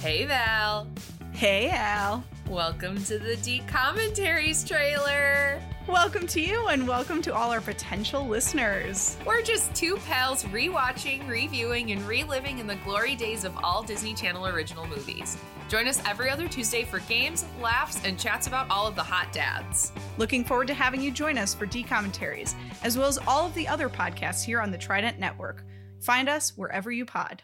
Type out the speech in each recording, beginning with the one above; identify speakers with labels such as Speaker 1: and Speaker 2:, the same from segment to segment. Speaker 1: Hey Val,
Speaker 2: Hey, Al.
Speaker 1: welcome to the D Commentaries trailer.
Speaker 2: Welcome to you and welcome to all our potential listeners.
Speaker 1: We're just two pals rewatching, reviewing, and reliving in the glory days of all Disney Channel original movies. Join us every other Tuesday for games, laughs, and chats about all of the hot dads.
Speaker 2: Looking forward to having you join us for D commentaries, as well as all of the other podcasts here on the Trident Network. Find us wherever you pod.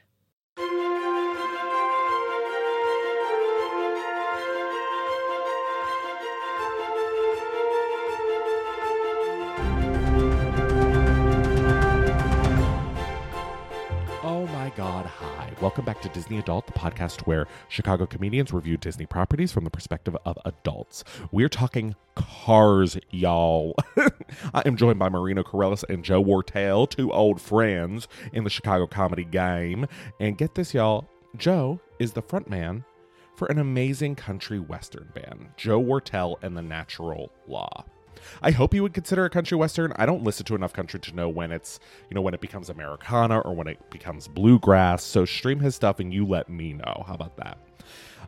Speaker 3: Oh my God, hi. Welcome back to Disney Adult, the podcast where Chicago comedians review Disney properties from the perspective of adults. We're talking cars, y'all. I am joined by Marino Corellis and Joe Wartell, two old friends in the Chicago comedy game. And get this, y'all, Joe is the frontman for an amazing country western band, Joe Wartell and the Natural Law. I hope you would consider a country western. I don't listen to enough country to know when it's, you know, when it becomes Americana or when it becomes bluegrass. So stream his stuff and you let me know. How about that?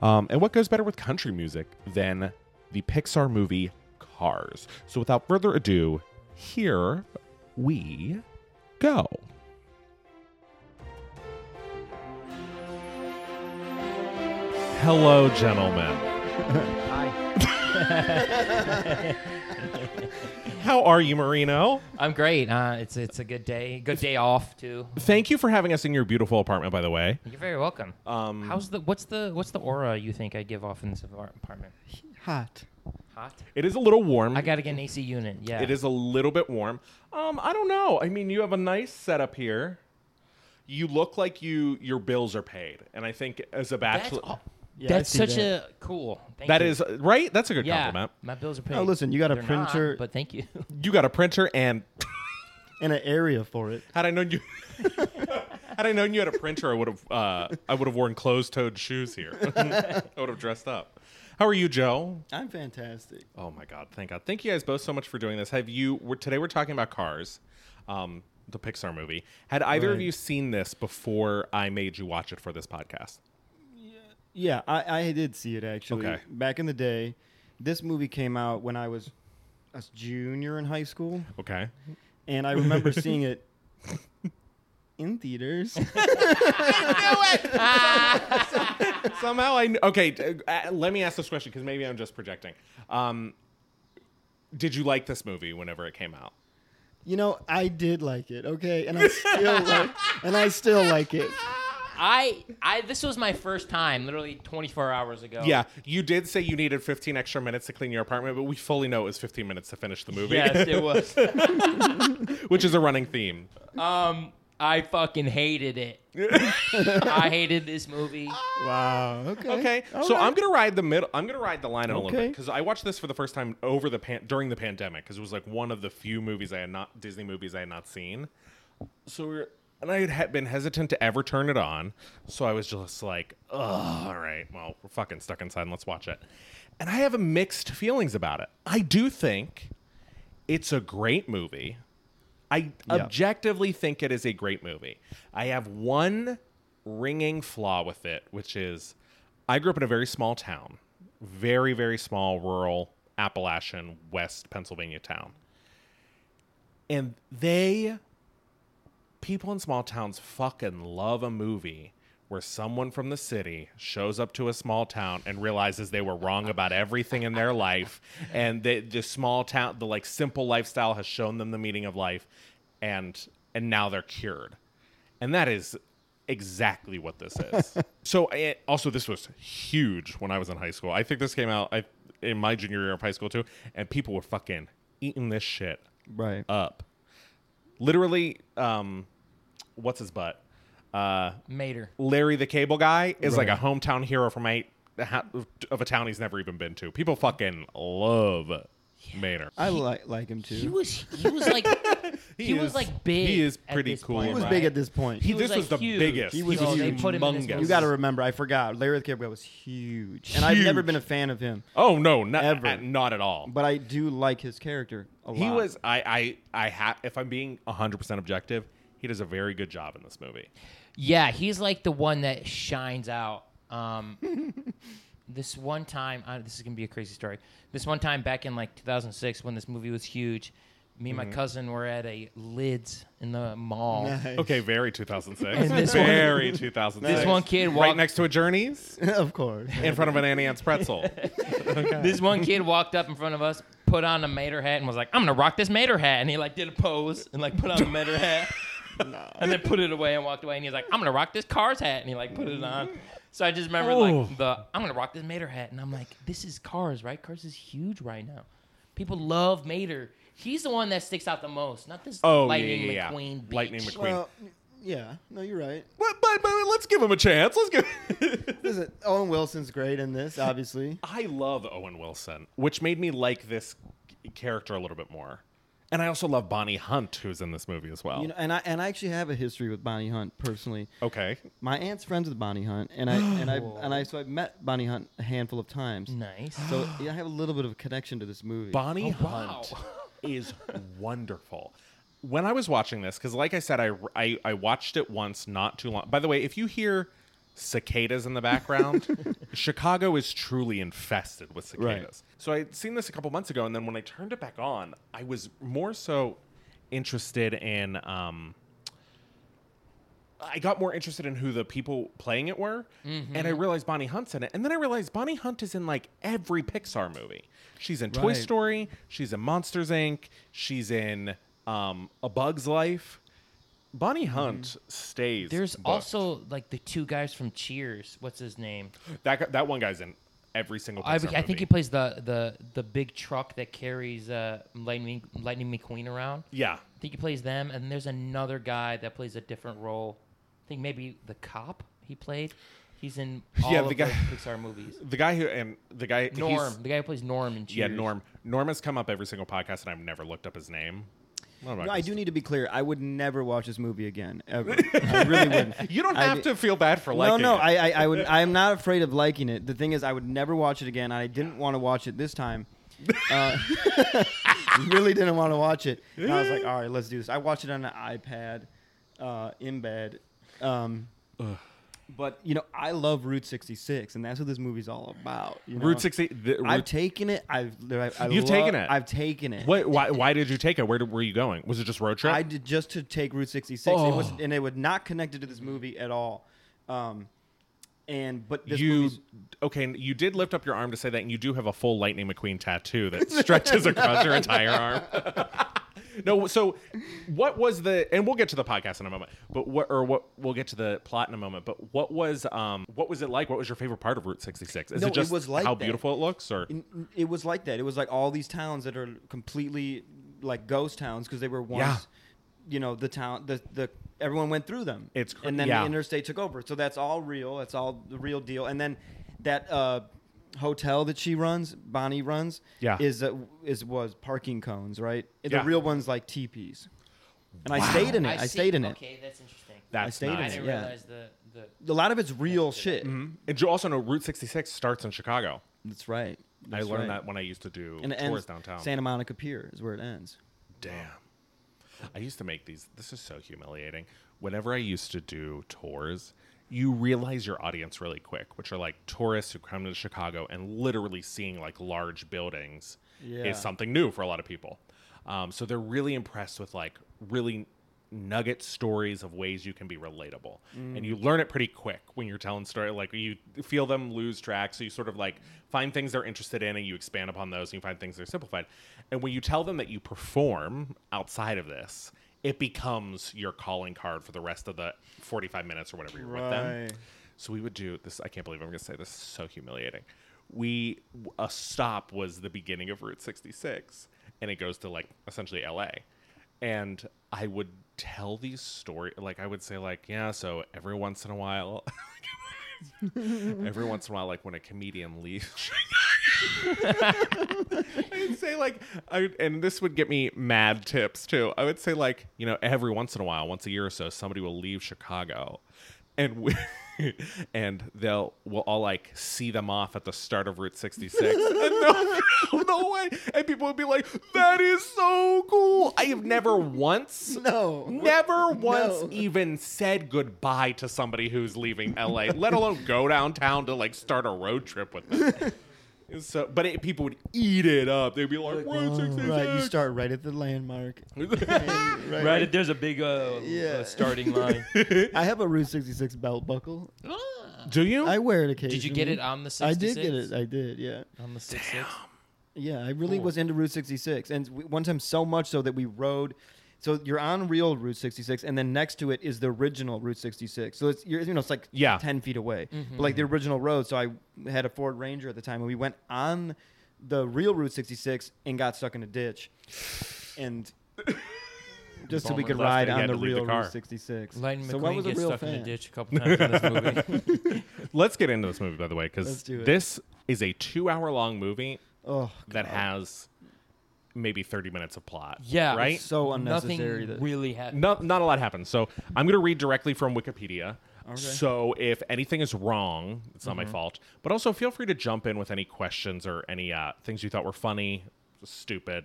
Speaker 3: Um, and what goes better with country music than the Pixar movie Cars? So without further ado, here we go.
Speaker 4: Hello, gentlemen.
Speaker 3: How are you, Marino?
Speaker 5: I'm great. Uh, it's it's a good day. Good day off too.
Speaker 3: Thank you for having us in your beautiful apartment, by the way.
Speaker 5: You're very welcome.
Speaker 3: Um,
Speaker 5: How's the what's the what's the aura you think I give off in this apar- apartment?
Speaker 6: Hot.
Speaker 5: Hot.
Speaker 3: It is a little warm.
Speaker 5: I gotta get an AC unit. Yeah.
Speaker 3: It is a little bit warm. Um, I don't know. I mean, you have a nice setup here. You look like you your bills are paid, and I think as a
Speaker 5: That's,
Speaker 3: bachelor,
Speaker 5: all-
Speaker 6: Yeah,
Speaker 5: that's
Speaker 6: I see
Speaker 5: such a cool. Thank
Speaker 3: that
Speaker 5: you.
Speaker 3: is right. That's a good
Speaker 5: yeah.
Speaker 3: compliment.
Speaker 5: My bills are paid.
Speaker 6: Oh, listen, you got a
Speaker 5: They're not,
Speaker 6: printer-
Speaker 5: but thank you.
Speaker 3: You got a printer, and
Speaker 6: And an area for it.
Speaker 3: had I known you, had I known you had a printer, I would have uh, I would have worn closed-toed shoes here. I would have dressed up. How are you, Joe?
Speaker 6: I'm fantastic.
Speaker 3: Oh my God! Thank God! Thank you guys both so much for doing this. Have you? We're, today we're talking about Cars, um, the Pixar movie. Had either of
Speaker 6: Right.
Speaker 3: you seen this before I made you watch it for this podcast?
Speaker 6: Yeah, I, I did see it actually.
Speaker 3: Okay.
Speaker 6: Back in the day, this movie came out when I was a junior in high school,
Speaker 3: Okay.
Speaker 6: and I remember seeing it in theaters.
Speaker 3: Somehow I kn- okay. t- Uh, let me ask this question because maybe I'm just projecting. Um, did you like this movie whenever it came out?
Speaker 6: you know, I did like it, okay, and I still like, and I still like it.
Speaker 5: I I this was my first time, literally 24 hours ago.
Speaker 3: Yeah, you did say you needed 15 extra minutes to clean your apartment, but we fully know it was 15 minutes to finish the movie,
Speaker 5: Yes, it was.
Speaker 3: which is a running theme.
Speaker 5: um, I fucking hated it. I hated this movie.
Speaker 6: Wow. Okay.
Speaker 3: Okay,
Speaker 6: All
Speaker 3: so
Speaker 6: right.
Speaker 3: I'm gonna ride the middle. I'm gonna ride the line in a little
Speaker 6: Okay.
Speaker 3: bit because I watched this for the first time over the pan- during the pandemic because it was like one of the few movies I had not Disney movies I had not seen. So we were, and I had he- been hesitant to ever turn it on. So I was just like, Ugh, all right, well we're fucking stuck inside. and Let's watch it. And I have a mixed feelings about it. I do think it's a great movie. I objectively think it is a great movie. I have one ringing flaw with it, which is I grew up in a very small town, very, very small, rural Appalachian, West Pennsylvania town. And they, people in small towns fucking love a movie where someone from the city shows up to a small town and realizes they were wrong about everything in their life and the the small town the like simple lifestyle has shown them the meaning of life and and now they're cured and that is exactly what this is so it, also this was huge when i was in high school i think this came out I, in my junior year of high school too and people were fucking eating this shit
Speaker 6: Right.
Speaker 3: up literally um what's his butt uh
Speaker 5: Mater.
Speaker 3: Larry the Cable Guy is like
Speaker 6: Right.
Speaker 3: a hometown hero from a of a town he's never even been to. People fucking love Maynard.
Speaker 6: I like like him too.
Speaker 5: He was he was like he, was
Speaker 3: is-
Speaker 5: like big.
Speaker 3: he is
Speaker 5: at
Speaker 3: pretty
Speaker 5: this
Speaker 3: cool, He
Speaker 5: point,
Speaker 6: He was
Speaker 5: right?
Speaker 6: big at this point.
Speaker 5: He
Speaker 3: this
Speaker 5: was,
Speaker 3: was
Speaker 5: like,
Speaker 3: the
Speaker 5: huge.
Speaker 3: biggest.
Speaker 6: He was
Speaker 5: So they
Speaker 6: huge.
Speaker 5: put him in this
Speaker 3: Humongous.
Speaker 5: movie.
Speaker 6: you got to remember, I forgot. Larry the Cable Guy was huge, and I've never
Speaker 3: Huge.
Speaker 6: been a fan of him.
Speaker 3: Oh no, not
Speaker 6: Ever.
Speaker 3: uh, not at all.
Speaker 6: But I do like his character a lot.
Speaker 3: he was. I I I ha- If I'm being 100 percent objective, he does a very good job in this movie.
Speaker 5: Yeah, he's like the one that shines out Um, this one time, uh, this is gonna be a crazy story. This one time back in like 2006, when this movie was huge, me and my cousin were at a Lids in the mall.
Speaker 3: Okay, very 2006.
Speaker 5: And this one-
Speaker 3: very 2006.
Speaker 5: This one kid
Speaker 3: right
Speaker 5: walked-
Speaker 3: next to a Journeys
Speaker 6: of course.
Speaker 3: in front of an Annie Ant's pretzel.
Speaker 5: This one kid walked up in front of us, put on a Mater hat, and was like, "I'm gonna rock this Mater hat," and he like did a pose and like put on a Mater hat. And then put it away and walked away. And he was like, I'm going to rock this car's hat. And he like put it on. So I just remember
Speaker 3: Oh.
Speaker 5: like the, I'm going to rock this Mater hat. And I'm like, this is cars, right? Cars is huge right now. People love Mater. He's the one that sticks out the most, not this
Speaker 3: Oh, yeah,
Speaker 5: Lightning
Speaker 3: yeah, yeah.
Speaker 5: McQueen bitch.
Speaker 3: Lightning McQueen.
Speaker 6: Well, yeah. No, you're right.
Speaker 3: but, but, but let's give him a chance. Let's give.
Speaker 6: Listen, Owen Wilson's great in this, obviously.
Speaker 3: I love Owen Wilson, which made me like this c- character a little bit more. And I also love Bonnie Hunt, who's in this movie as well.
Speaker 6: You know, and I and I actually have a history with Bonnie Hunt personally.
Speaker 3: okay.
Speaker 6: My aunt's friends with Bonnie Hunt, and I and I and I so I've met Bonnie Hunt a handful of times.
Speaker 5: Nice.
Speaker 6: So yeah, I have a little bit of a connection to this movie.
Speaker 3: Bonnie Hunt is wonderful. When I was watching this, because like I said, I, I I watched it once not too long. By the way, if you hear cicadas in the background, Chicago is truly infested with cicadas. So I'd seen this a couple months ago, and then when I turned it back on, I was more so interested in um, I got more interested in who the people playing it were,
Speaker 6: Mm-hmm.
Speaker 3: and I realized Bonnie Hunt's in it. And then I realized Bonnie Hunt is in like every Pixar movie. She's in Toy
Speaker 6: Right.
Speaker 3: Story. She's in Monsters Inc. She's in um, A Bug's Life. Bonnie
Speaker 6: Mm-hmm.
Speaker 3: Hunt stays.
Speaker 5: There's
Speaker 3: booked.
Speaker 5: also like the two guys from Cheers. What's his name?
Speaker 3: that gu- that one guy's in every single. Pixar
Speaker 5: I, I think
Speaker 3: movie.
Speaker 5: he plays the, the, the big truck that carries uh, Lightning, Lightning McQueen around.
Speaker 3: Yeah,
Speaker 5: I think he plays them, and there's another guy that plays a different role. I think maybe the cop he played. He's in all
Speaker 3: Yeah,
Speaker 5: of
Speaker 3: the
Speaker 5: the
Speaker 3: guy-
Speaker 5: Pixar movies.
Speaker 3: the guy who and the guy he's-
Speaker 5: Norm, the guy who plays Norm in
Speaker 3: Yeah,
Speaker 5: Cheers.
Speaker 3: Norm. Norm has come up every single podcast, and I've never looked up his name. What am
Speaker 6: No, I
Speaker 3: gonna
Speaker 6: do need to be clear. I would never watch this movie again. Ever. I really wouldn't.
Speaker 3: You don't
Speaker 6: I
Speaker 3: have
Speaker 6: d-
Speaker 3: to feel bad for
Speaker 6: No,
Speaker 3: liking
Speaker 6: no,
Speaker 3: it.
Speaker 6: I, I, I would. I am not afraid of liking it. The thing is, I would never watch it again. I didn't want to watch it this time. Uh, really didn't want to watch it. And I was like, all right, let's do this. I watched it on an iPad, uh, in bed. Um, but you know, I love Route 66, and that's what this movie's all about. you know?
Speaker 3: Route 60 the-
Speaker 6: I've
Speaker 3: Route-
Speaker 6: taken it. I've. I, I
Speaker 3: You've
Speaker 6: love-
Speaker 3: taken it.
Speaker 6: I've taken it.
Speaker 3: What? Why? Why did you take it? Where did, were you going? Was it just road trip?
Speaker 6: I did just to take Route 66. It
Speaker 3: Oh.
Speaker 6: was, and it was not connected to this movie at all. Um, and but this
Speaker 3: you
Speaker 6: movie's-
Speaker 3: okay? You did lift up your arm to say that, and you do have a full Lightning McQueen tattoo that stretches across your entire arm. no, so what was the? And we'll get to the podcast in a moment, but what or what? We'll get to the plot in a moment, but what was um? What was it like? What was your favorite part of Route 66? Is
Speaker 6: No,
Speaker 3: it
Speaker 6: it
Speaker 3: just
Speaker 6: was like
Speaker 3: how
Speaker 6: that.
Speaker 3: beautiful it looks, or
Speaker 6: n- it was like that. It was like all these towns that are completely like ghost towns because they were once,
Speaker 3: Yeah.
Speaker 6: you know, the town, the the everyone went through them.
Speaker 3: It's cr-
Speaker 6: and then
Speaker 3: yeah.
Speaker 6: the interstate took over. So that's all real. That's all the real deal. And then that uh, hotel that she runs, Bonnie runs,
Speaker 3: Yeah.
Speaker 6: is uh, is was parking cones, right?
Speaker 3: Yeah.
Speaker 6: The real ones like teepees. And I stayed in it. I,
Speaker 5: see-
Speaker 6: stayed in it.
Speaker 5: Okay, that's interesting.
Speaker 3: that's
Speaker 6: stayed in
Speaker 5: I
Speaker 3: nice.
Speaker 5: didn't
Speaker 6: it, yeah.
Speaker 5: realize the, the
Speaker 6: A lot of it's real shit.
Speaker 3: And you also know Route 66 starts in Chicago.
Speaker 6: That's right.
Speaker 3: I
Speaker 6: That's
Speaker 3: learned
Speaker 6: right.
Speaker 3: that when I used to do
Speaker 6: And it
Speaker 3: tours
Speaker 6: ends
Speaker 3: downtown.
Speaker 6: Santa Monica Pier is where it ends.
Speaker 3: Damn. I used to make these. This is so humiliating. Whenever I used to do tours, you realize your audience really quick, which are like tourists who come to Chicago and literally seeing like large buildings
Speaker 6: Yeah.
Speaker 3: is something new for a lot of people. Um, so they're really impressed with like really nugget stories of ways you can be relatable and you learn it pretty quick when you're telling story like you feel them lose track so you sort of like find things they're interested in and you expand upon those and you find things they're simplified and when you tell them that you perform outside of this it becomes your calling card for the rest of the 45 minutes or whatever you're with them
Speaker 6: Right.
Speaker 3: so we would do this. I can't believe I'm going to say this. is so humiliating. We a stop was the beginning of Route 66, and it goes to like essentially LA. And I would tell these story like I would say like yeah. So every once in a while, every once in a while, like when a comedian leaves. I'd say like I and this would get me mad tips too. I would say like, you know, every once in a while, once a year or so, somebody will leave Chicago and we and they'll we'll all like see them off at the start of Route 66. and they'll no way. And people would be like, "That is so cool." I have never once
Speaker 6: No.
Speaker 3: Oh. never once
Speaker 6: No.
Speaker 3: even said goodbye to somebody who's leaving LA, let alone go downtown to like start a road trip with them. And so, but it, people would eat it up. They'd be like, Route 66.
Speaker 6: Right, you start right at the landmark. Right.
Speaker 5: Right, there's a big uh,
Speaker 6: Yeah.
Speaker 5: uh, starting line.
Speaker 6: I have a Route 66 belt buckle.
Speaker 3: Do you?
Speaker 6: I wear it occasionally.
Speaker 5: Oh. Did you get it on the 66?
Speaker 6: I did get it. I did, yeah.
Speaker 5: on the 66.
Speaker 6: Yeah, I really was into Route 66. And we, one time so much so that we rode. So you're on real Route 66, and then next to it is the original Route 66. So it's you're, you know it's like
Speaker 3: Yeah. Mm-hmm.
Speaker 6: 10 feet away, but like the original road. So I had a Ford Ranger at the time, and we went on the real Route 66 and got stuck in a ditch, and just so we
Speaker 5: Bummer.
Speaker 6: could
Speaker 5: Left
Speaker 6: ride
Speaker 3: and you
Speaker 6: on
Speaker 3: had
Speaker 6: the
Speaker 3: to leave the
Speaker 6: real
Speaker 3: car.
Speaker 6: Route 66.
Speaker 5: Lightning
Speaker 6: so
Speaker 5: McQueen
Speaker 6: what was a
Speaker 5: gets
Speaker 6: real
Speaker 5: stuck
Speaker 6: fan?
Speaker 5: in a ditch a couple times in this movie.
Speaker 3: Let's get into this movie, by the way, because
Speaker 6: Let's do it.
Speaker 3: this is a two-hour-long movie
Speaker 6: Oh,
Speaker 3: that has maybe 30 minutes of plot.
Speaker 5: Yeah,
Speaker 3: right.
Speaker 6: so
Speaker 5: Nothing
Speaker 6: unnecessary. That,
Speaker 5: really happened.
Speaker 3: not not a lot happens. So I'm going to read directly from Wikipedia. So if anything is wrong, it's not my fault. But also feel free to jump in with any questions or any uh, things you thought were funny, stupid.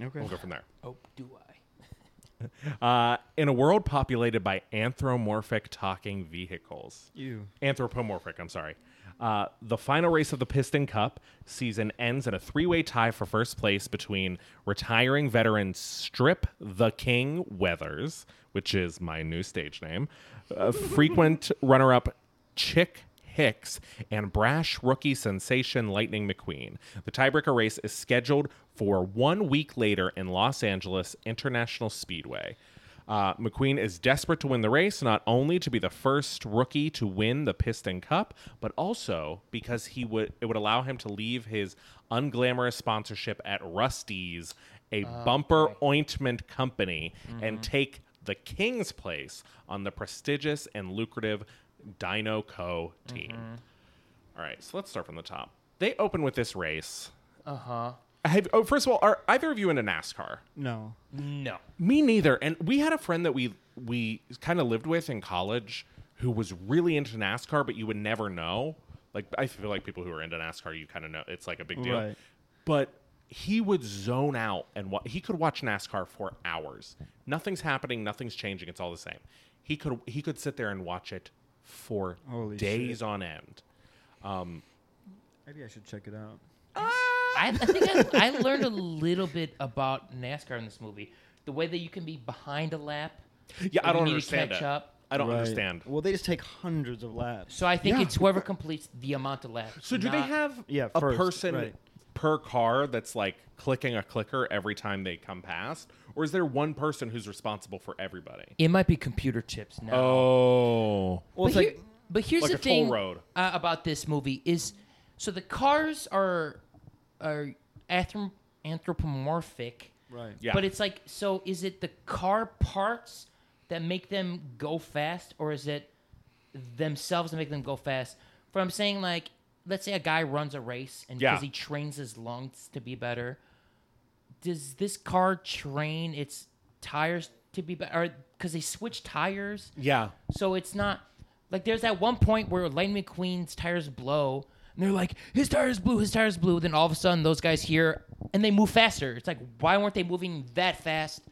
Speaker 6: okay.
Speaker 3: We'll go from there.
Speaker 5: Oh, do I?
Speaker 3: Uh, in a world populated by anthropomorphic talking vehicles,
Speaker 6: You.
Speaker 3: anthropomorphic. I'm sorry. Uh, the final race of the Piston Cup season ends in a three-way tie for first place between retiring veteran Strip the King Weathers, which is my new stage name, uh, frequent runner-up Chick Hicks, and brash rookie sensation Lightning McQueen. The tiebreaker race is scheduled for one week later in Los Angeles International Speedway. Uh, McQueen is desperate to win the race, not only to be the first rookie to win the Piston Cup, but also because he would it would allow him to leave his unglamorous sponsorship at Rusty's, a bumper ointment company, and take the King's place on the prestigious and lucrative Dino Co team. All right, so let's start from the top. They open with this race. Uh huh. Have, oh, first of all, are either of you into NASCAR?
Speaker 6: No.
Speaker 5: No.
Speaker 3: Me neither. And we had a friend that we we kind of lived with in college who was really into NASCAR, but you would never know. Like I feel like people who are into NASCAR, you kind of know it's like a big deal.
Speaker 6: Right.
Speaker 3: But he would zone out and wa- he could watch NASCAR for hours. Nothing's happening, nothing's changing. It's all the same. He could he could sit there and watch it for
Speaker 6: Holy
Speaker 3: days on end.
Speaker 6: Maybe I should check it out.
Speaker 5: I, I think I, I learned a little bit about NASCAR in this movie. The way that you can be behind a lap.
Speaker 3: Yeah, I
Speaker 5: and
Speaker 3: don't
Speaker 5: you need
Speaker 3: understand
Speaker 5: To catch
Speaker 3: it.
Speaker 5: up.
Speaker 3: I don't
Speaker 6: Right.
Speaker 3: understand.
Speaker 6: Well, they just take hundreds of laps.
Speaker 5: So I think
Speaker 3: Yeah.
Speaker 5: it's whoever completes the amount of laps.
Speaker 3: So do they
Speaker 5: not-
Speaker 3: have
Speaker 6: Yeah,
Speaker 3: a
Speaker 6: first,
Speaker 3: person
Speaker 6: right.
Speaker 3: per car that's like clicking a clicker every time they come past, or is there one person who's responsible for everybody?
Speaker 5: It might be computer chips now.
Speaker 3: Oh,
Speaker 5: but,
Speaker 6: Well, it's like
Speaker 5: here- but here's
Speaker 3: like
Speaker 5: the
Speaker 3: a toll
Speaker 5: thing
Speaker 3: road.
Speaker 5: Uh, about this movie is so the cars are are anthrop- anthropomorphic,
Speaker 6: right.
Speaker 3: yeah.
Speaker 5: but it's like so is it the car parts that make them go fast, or is it themselves that make them go fast? For I'm saying like let's say a guy runs a race and
Speaker 3: Yeah.
Speaker 5: because he trains his lungs to be better, does this car train its tires to be better? Because they switch tires.
Speaker 3: yeah.
Speaker 5: So it's not like there's that one point where Lightning McQueen's tires blow, and they're like, his tires blew, his tires blew. Then all of a sudden, those guys here and they move faster. It's like, why weren't they moving that fast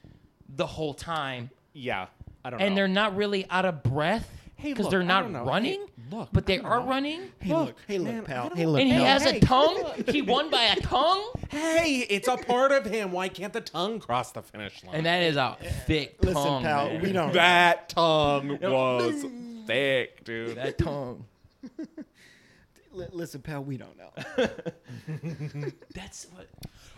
Speaker 5: the whole time?
Speaker 3: Yeah, I don't
Speaker 5: And
Speaker 3: know.
Speaker 5: they're not really out of breath
Speaker 3: Hey,
Speaker 5: because
Speaker 3: look,
Speaker 5: they're
Speaker 3: I
Speaker 5: not
Speaker 3: don't know. Hey,
Speaker 5: running.
Speaker 3: look,
Speaker 5: but they
Speaker 3: I don't
Speaker 5: are
Speaker 3: know.
Speaker 5: running.
Speaker 6: Hey, look, hey, look, pal. Hey, look,
Speaker 5: And he
Speaker 6: pal.
Speaker 5: has a tongue. He won by a tongue,
Speaker 3: hey, it's a part of him. Why can't the tongue cross the finish line?
Speaker 5: and that is a thick
Speaker 6: Listen,
Speaker 5: tongue.
Speaker 6: pal,
Speaker 5: man.
Speaker 6: we don't.
Speaker 3: that tongue was thick, dude.
Speaker 5: that tongue.
Speaker 6: li- listen, pal. We don't know.
Speaker 5: That's what.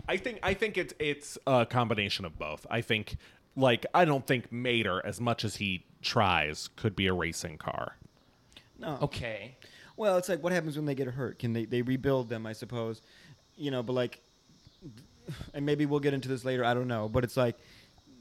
Speaker 3: I think I think it's it's a combination of both. I think like I don't think Mater, as much as he tries, could be a racing car.
Speaker 6: No.
Speaker 5: Okay.
Speaker 6: Well, it's like what happens when they get hurt? Can they they rebuild them? I suppose, you know. But like, and maybe we'll get into this later. I don't know. But it's like,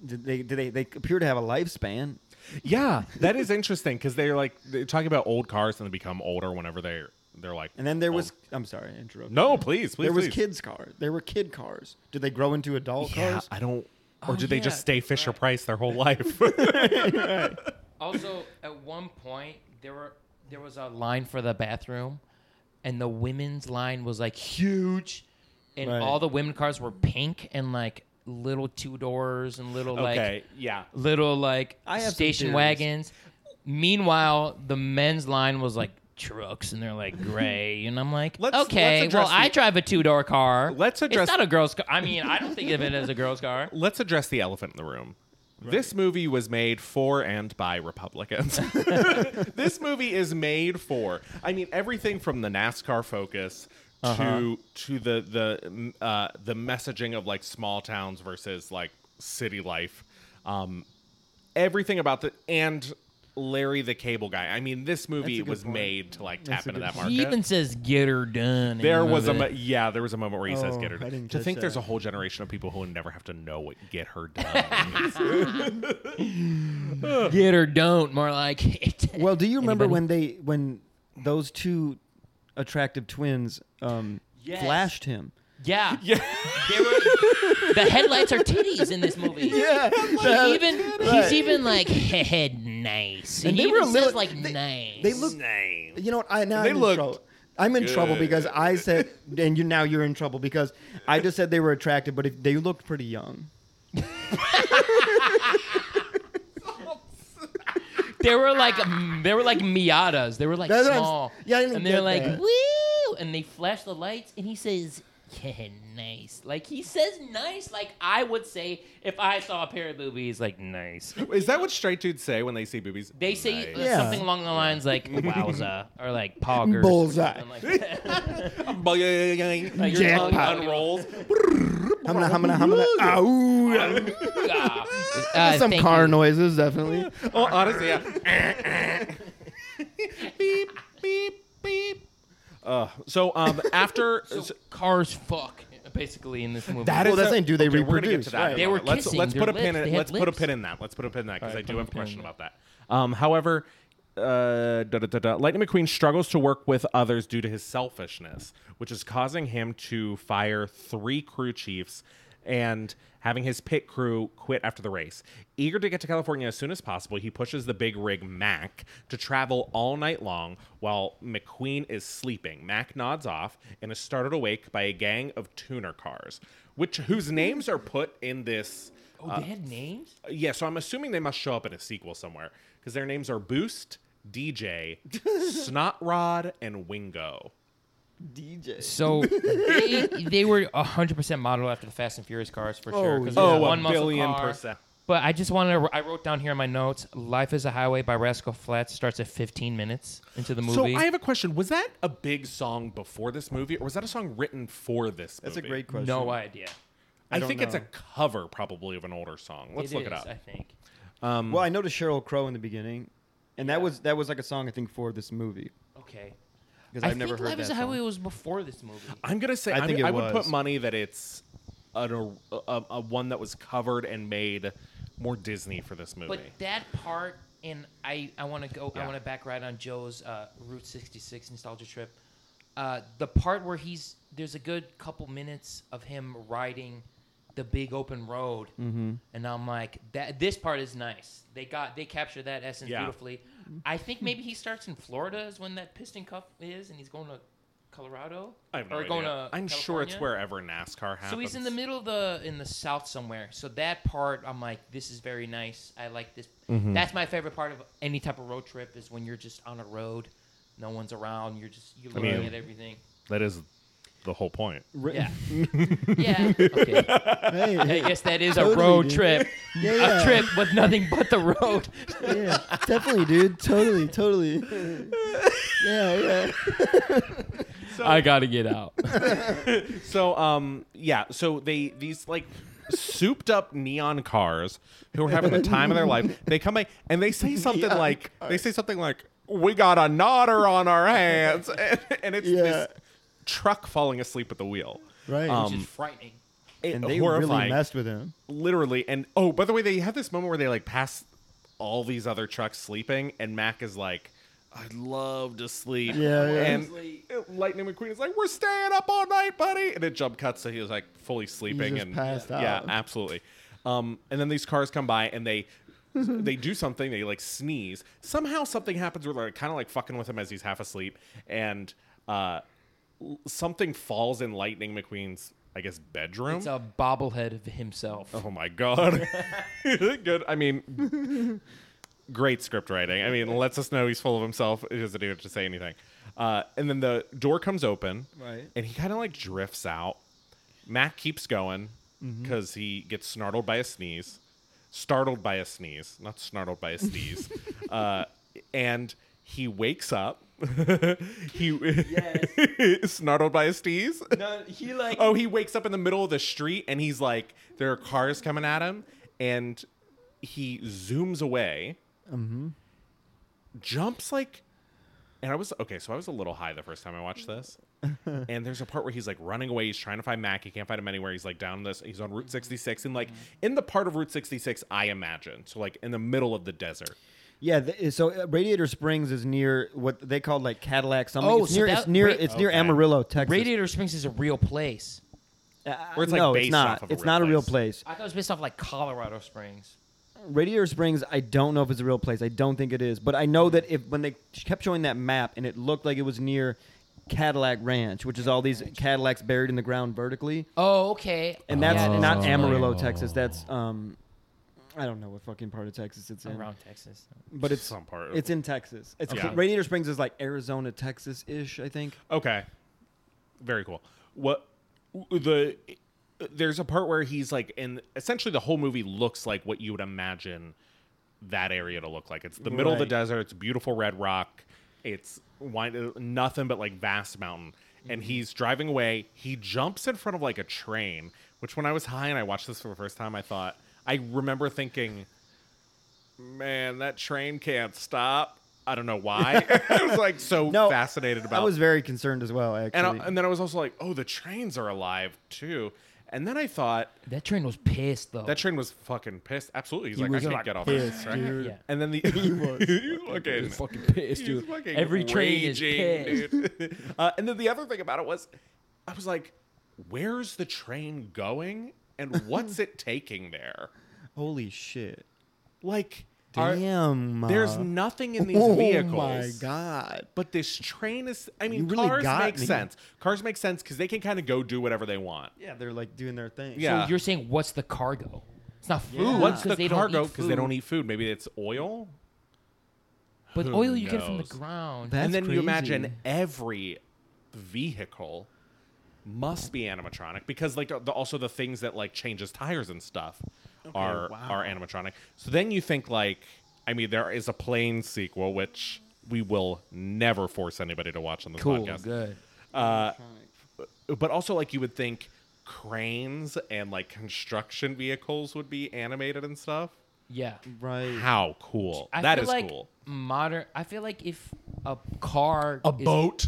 Speaker 6: did they did they, they appear to have a lifespan?
Speaker 3: Yeah, that is interesting because they're like they're talking about old cars and they become older whenever they're they're like.
Speaker 6: And then there was
Speaker 3: old.
Speaker 6: I'm sorry, I interrupted.
Speaker 3: Oh. no, please, please.
Speaker 6: there was
Speaker 3: please.
Speaker 6: kids cars. There were kid cars. Did they grow into adult
Speaker 3: Yeah,
Speaker 6: cars?
Speaker 3: I don't. Or
Speaker 5: Oh,
Speaker 3: did they
Speaker 5: yeah,
Speaker 3: just stay
Speaker 5: that's
Speaker 3: Fisher
Speaker 5: right.
Speaker 3: Price their whole life?
Speaker 5: Also, at one point there were there was a line for the bathroom, and the women's line was like huge, and
Speaker 6: Right.
Speaker 5: all the women cars were pink and like little two doors and little like
Speaker 3: yeah.
Speaker 5: little like
Speaker 6: I have some
Speaker 5: station
Speaker 6: theories.
Speaker 5: wagons. Meanwhile, the men's line was like trucks and they're like gray and I'm like,
Speaker 3: Let's- let's
Speaker 5: okay, well
Speaker 3: address the-
Speaker 5: I drive a two door car.
Speaker 3: Let's address-
Speaker 5: It's not a girl's car. I mean, I don't think of it as a girl's car.
Speaker 3: Let's address the elephant in the room. This movie was made for and by Republicans. this movie is made for. I mean, everything from the NASCAR focus
Speaker 6: Uh-huh.
Speaker 3: to to the the mm, uh, the messaging of like small towns versus like city life. Um, everything about the and Larry the Cable Guy. I mean, this movie
Speaker 6: good
Speaker 3: was
Speaker 6: point.
Speaker 3: made to like
Speaker 6: That's
Speaker 3: tap
Speaker 6: a
Speaker 3: into
Speaker 6: good
Speaker 3: that
Speaker 6: point.
Speaker 3: market.
Speaker 5: He even says get her done. in
Speaker 3: There
Speaker 5: the
Speaker 3: was a mo-
Speaker 5: movie.
Speaker 3: yeah, there was a moment where he says
Speaker 6: Oh,
Speaker 3: get her
Speaker 6: I
Speaker 3: done.
Speaker 6: didn't
Speaker 3: To
Speaker 6: catch
Speaker 3: think there's
Speaker 6: that.
Speaker 3: a whole generation of people who will never have to know what get her done.
Speaker 5: get her don't more like it.
Speaker 6: Well, do you remember
Speaker 5: Anybody?
Speaker 6: when they when those two attractive twins um,
Speaker 5: Yes.
Speaker 6: flashed him?
Speaker 5: yeah. Yeah. the headlights are titties in this movie.
Speaker 6: Yeah,
Speaker 5: He's even he's even like head nice.
Speaker 6: And
Speaker 5: he
Speaker 6: they were
Speaker 5: even
Speaker 6: a little-
Speaker 5: says, like
Speaker 6: they-
Speaker 5: nice.
Speaker 6: they look.
Speaker 3: Name.
Speaker 6: You know what? I now
Speaker 3: They
Speaker 6: I'm
Speaker 3: looked
Speaker 6: in trouble. I'm in trouble because I said, and you now you're in trouble because I just said they were attractive, but if, they looked pretty young.
Speaker 5: They were like mm, they were like Miatas. They were like
Speaker 6: That's what I'm s-
Speaker 5: small.
Speaker 6: yeah, I didn't
Speaker 5: and they're
Speaker 6: get
Speaker 5: like
Speaker 6: that.
Speaker 5: woo, and they flash the lights, and he says, "Yeah, nice." Like he says, "Nice." Like I would say if I saw a pair of boobies, like nice.
Speaker 3: Is that what straight dudes say when they see boobies?
Speaker 5: They say uh,
Speaker 3: Nice.
Speaker 6: Yeah.
Speaker 5: something along the lines like "wowza" or like "poggers."
Speaker 6: Bullseye.
Speaker 5: And, like,
Speaker 3: Like,
Speaker 5: your tongue
Speaker 3: Jackpot.
Speaker 5: unrolls.
Speaker 6: I'm gonna, I'm gonna, I'm gonna. Ow!
Speaker 5: Ah. Uh,
Speaker 6: Some
Speaker 5: thank
Speaker 6: car
Speaker 5: you.
Speaker 6: noises, definitely.
Speaker 3: Oh, honestly, yeah. beep, beep, beep. Uh, so um, after
Speaker 5: So cars fuck basically in this movie.
Speaker 3: that
Speaker 6: Well,
Speaker 3: is
Speaker 6: that's
Speaker 3: a-
Speaker 6: saying, do they
Speaker 3: okay, We're gonna get
Speaker 6: reproduce,
Speaker 3: to that. in a
Speaker 6: right.
Speaker 5: They were
Speaker 3: moment. let's,
Speaker 5: kissing,
Speaker 3: Let's put a
Speaker 5: their
Speaker 3: pin.
Speaker 5: lips,
Speaker 3: In,
Speaker 5: they had
Speaker 3: let's put a
Speaker 5: lips.
Speaker 3: pin in that. Let's put a pin in that because
Speaker 5: Alright,
Speaker 3: I do
Speaker 5: put a
Speaker 3: have a
Speaker 5: pin in
Speaker 3: question
Speaker 5: that.
Speaker 3: about that. Um, however, uh, da, da, da, da, Lightning McQueen struggles to work with others due to his selfishness, which is causing him to fire three crew chiefs and having his pit crew quit after the race. Eager to get to California as soon as possible, he pushes the big rig Mac to travel all night long while McQueen is sleeping. Mac nods off and is started awake by a gang of tuner cars, which whose names are put in this
Speaker 5: Oh, they had names.
Speaker 3: yeah, so I'm assuming they must show up in a sequel somewhere because their names are Boost, DJ, Snot Rod, and Wingo.
Speaker 6: DJ.
Speaker 5: So they, they were 100% modeled after the Fast and Furious cars for sure.
Speaker 6: Oh,
Speaker 5: 'cause
Speaker 6: yeah.
Speaker 5: there's
Speaker 3: Oh, a
Speaker 5: one muscle
Speaker 3: billion
Speaker 5: car.
Speaker 3: percent.
Speaker 5: But I just wanted to, I wrote down here in my notes Life is a Highway by Rascal Flatts starts at 15 minutes into the
Speaker 3: So
Speaker 5: movie.
Speaker 3: I have a question: Was that a big song before this movie, or was that a song written for this?
Speaker 6: That's a
Speaker 3: movie?
Speaker 6: great question.
Speaker 5: no idea.
Speaker 3: I,
Speaker 6: don't
Speaker 3: think it's a
Speaker 6: know.
Speaker 3: cover, probably of an older song. Let's look
Speaker 5: is,
Speaker 3: it up.
Speaker 5: I think. um,
Speaker 6: Well, I noticed Cheryl Crow in the beginning, and that was that was like a song I think for this movie
Speaker 5: Okay.
Speaker 6: because
Speaker 5: I
Speaker 6: I've never
Speaker 5: think
Speaker 6: heard
Speaker 5: Life
Speaker 6: that
Speaker 5: is a Highway
Speaker 6: song.
Speaker 5: was before this movie.
Speaker 3: I'm gonna say
Speaker 6: I
Speaker 3: I,
Speaker 6: think it
Speaker 3: I would put
Speaker 6: was.
Speaker 3: money that it's an, a, a, a one that was covered and made more Disney for this movie.
Speaker 5: But that part, and I, I want to go,
Speaker 3: Yeah.
Speaker 5: I want to back right on Joe's uh, Route 66 nostalgia trip. Uh, the part where he's, there's a good couple minutes of him riding the big open road.
Speaker 3: Mm-hmm.
Speaker 5: And I'm like, that this part is nice. They got, they capture that essence
Speaker 3: Yeah.
Speaker 5: beautifully. I think maybe he starts in Florida is when that piston cuff is, and he's going to Colorado.
Speaker 3: I have no
Speaker 5: or
Speaker 3: idea.
Speaker 5: going to
Speaker 3: I'm sure it's
Speaker 5: California.
Speaker 3: wherever NASCAR happens.
Speaker 5: So he's in the middle of the in the south somewhere. So that part, I'm like, this is very nice. I like this. That's my favorite part of any type of road trip is when you're just on a road, no one's around. You're just you're looking
Speaker 3: mean-
Speaker 5: at everything.
Speaker 3: That is the whole point.
Speaker 5: Yeah, yeah. Okay.
Speaker 6: Hey,
Speaker 5: I guess that is a
Speaker 6: Totally,
Speaker 5: road
Speaker 6: dude.
Speaker 5: trip.
Speaker 6: Yeah,
Speaker 5: A
Speaker 6: yeah.
Speaker 5: trip with nothing but the road.
Speaker 6: yeah, definitely, dude. Totally, totally. yeah, yeah.
Speaker 5: I gotta get out.
Speaker 3: So um yeah, so they these like souped up neon cars who are having the time of their life. They come by and they say something
Speaker 6: Neon
Speaker 3: like they say something like we got a nodder on our hands and, and it's this
Speaker 6: Yeah.
Speaker 3: truck falling asleep at the wheel.
Speaker 6: Right.
Speaker 5: Which
Speaker 3: Um,
Speaker 5: is frightening.
Speaker 3: It-
Speaker 6: and they really
Speaker 3: horrifying,
Speaker 6: messed with him.
Speaker 3: literally. And oh, by the way, they have this moment where they like pass all these other trucks sleeping and Mac is like I'd love to sleep.
Speaker 6: Yeah, yeah.
Speaker 3: And Lightning McQueen is like, "We're staying up all night, buddy." And it jump cuts, so he was like fully sleeping
Speaker 6: just
Speaker 3: and
Speaker 6: passed
Speaker 3: yeah,
Speaker 6: out.
Speaker 3: absolutely. Um, and then these cars come by and they they do something. They like sneeze. Somehow something happens where they're kind of like fucking with him as he's half asleep, and uh, l- something falls in Lightning McQueen's, I guess, bedroom.
Speaker 5: It's a bobblehead of himself.
Speaker 3: Oh my god. Good. I mean, great script writing. I mean, lets us know he's full of himself. He doesn't even have to say anything. Uh, and then the door comes open,
Speaker 6: Right.
Speaker 3: And he kind of like drifts out. Mac keeps going because he gets snartled by a sneeze, startled by a sneeze, not snartled by a sneeze. uh, and he wakes up. he snartled by a sneeze.
Speaker 5: No, he like
Speaker 3: Oh, he wakes up in the middle of the street and he's like, there are cars coming at him, and he zooms away,
Speaker 6: Mm-hmm.
Speaker 3: jumps like, and I was okay. So I was a little high the first time I watched this, and there's a part where he's like running away. He's trying to find Mac. He can't find him anywhere. He's like down this. He's on Route 66, and like
Speaker 6: Mm-hmm.
Speaker 3: in the part of Route 66, I imagine, so like in the middle of the desert.
Speaker 6: Yeah, th- so uh, Radiator Springs is near what they call like Cadillac something.
Speaker 5: Oh,
Speaker 6: it's
Speaker 5: so
Speaker 6: near
Speaker 5: that-
Speaker 6: it's near
Speaker 5: wait-
Speaker 6: it's near
Speaker 3: Okay.
Speaker 6: Amarillo, Texas.
Speaker 5: Radiator Springs is a real place.
Speaker 3: Or it's, like,
Speaker 6: no,
Speaker 3: based
Speaker 6: it's not.
Speaker 3: off of a
Speaker 6: it's
Speaker 3: real
Speaker 6: not a real
Speaker 3: place.
Speaker 6: place.
Speaker 5: I thought it was based off like Colorado Springs.
Speaker 6: Radiator Springs, I don't know if it's a real place. I don't think it is, but I know that if when they kept showing that map and it looked like it was near Cadillac Ranch, which is all these Cadillacs buried in the ground vertically,
Speaker 5: Oh, okay.
Speaker 6: and Oh. that's
Speaker 5: Yeah, it is
Speaker 6: not
Speaker 5: actually
Speaker 6: Amarillo, Texas. That's um, I don't know what fucking part of Texas it's in,
Speaker 5: around Texas.
Speaker 6: but it's
Speaker 3: Some part.
Speaker 6: It's in Texas. It's
Speaker 3: Okay.
Speaker 6: Radiator Springs is like Arizona, Texas ish. I think.
Speaker 3: Okay. Very cool. What the there's a part where he's like and essentially the whole movie looks like what you would imagine that area to look like. It's the middle of the
Speaker 6: Right.
Speaker 3: desert, it's beautiful red rock. It's wine, uh, nothing but like vast mountain. And
Speaker 6: Mm-hmm.
Speaker 3: he's driving away. He jumps in front of like a train, which when I was high and I watched this for the first time, I thought I remember thinking Man, that train can't stop. I don't know why. I was like so
Speaker 6: No,
Speaker 3: fascinated about
Speaker 6: I was very concerned as well. Actually,
Speaker 3: and, I, and then I was also like, oh, the trains are alive too. And then I thought
Speaker 5: That train was pissed though.
Speaker 3: that train was fucking pissed. Absolutely, he's
Speaker 5: He
Speaker 3: like, I
Speaker 5: was
Speaker 3: can't
Speaker 5: like
Speaker 3: get off
Speaker 5: pissed,
Speaker 3: this train.
Speaker 5: dude. Yeah.
Speaker 3: And then the he was
Speaker 5: He
Speaker 3: fucking,
Speaker 5: was fucking pissed,
Speaker 3: he was
Speaker 5: dude.
Speaker 3: fucking
Speaker 5: Every train is
Speaker 3: raging, dude. uh, and then the other thing about it was, I was like, where's the train going, and what's it taking there?
Speaker 6: holy shit!
Speaker 3: Like, are-
Speaker 6: Damn,
Speaker 3: there's
Speaker 6: uh,
Speaker 3: nothing in these
Speaker 6: oh
Speaker 3: vehicles.
Speaker 6: my god!
Speaker 3: But this train is. I mean,
Speaker 6: You really
Speaker 3: cars
Speaker 6: got
Speaker 3: make
Speaker 6: me.
Speaker 3: sense. Cars make sense because they can kind of go do whatever they want.
Speaker 6: Yeah, they're like doing their thing.
Speaker 3: Yeah.
Speaker 5: So you're saying what's the cargo? It's not food.
Speaker 6: Yeah.
Speaker 3: What's the
Speaker 5: because they
Speaker 3: cargo?
Speaker 5: Don't eat
Speaker 3: Because they don't
Speaker 5: food.
Speaker 3: eat food. Maybe it's oil.
Speaker 5: But
Speaker 3: Who
Speaker 5: oil you get from the
Speaker 3: knows?
Speaker 5: ground.
Speaker 6: That-
Speaker 3: and
Speaker 6: That's
Speaker 3: then you imagine
Speaker 6: crazy.
Speaker 3: every vehicle must be animatronic because like the, also the things that like changes tires and stuff are
Speaker 6: wow.
Speaker 3: are animatronic. So then you think like I mean there is a plane sequel which we will never force anybody to watch on this
Speaker 5: cool.
Speaker 3: podcast. Uh,
Speaker 5: Good.
Speaker 3: But also like you would think cranes and like construction vehicles would be animated and stuff.
Speaker 5: Yeah.
Speaker 6: right.
Speaker 3: How cool.
Speaker 5: I
Speaker 3: that
Speaker 5: feel
Speaker 3: is
Speaker 5: like
Speaker 3: cool.
Speaker 5: Modern. I feel like if a car, is-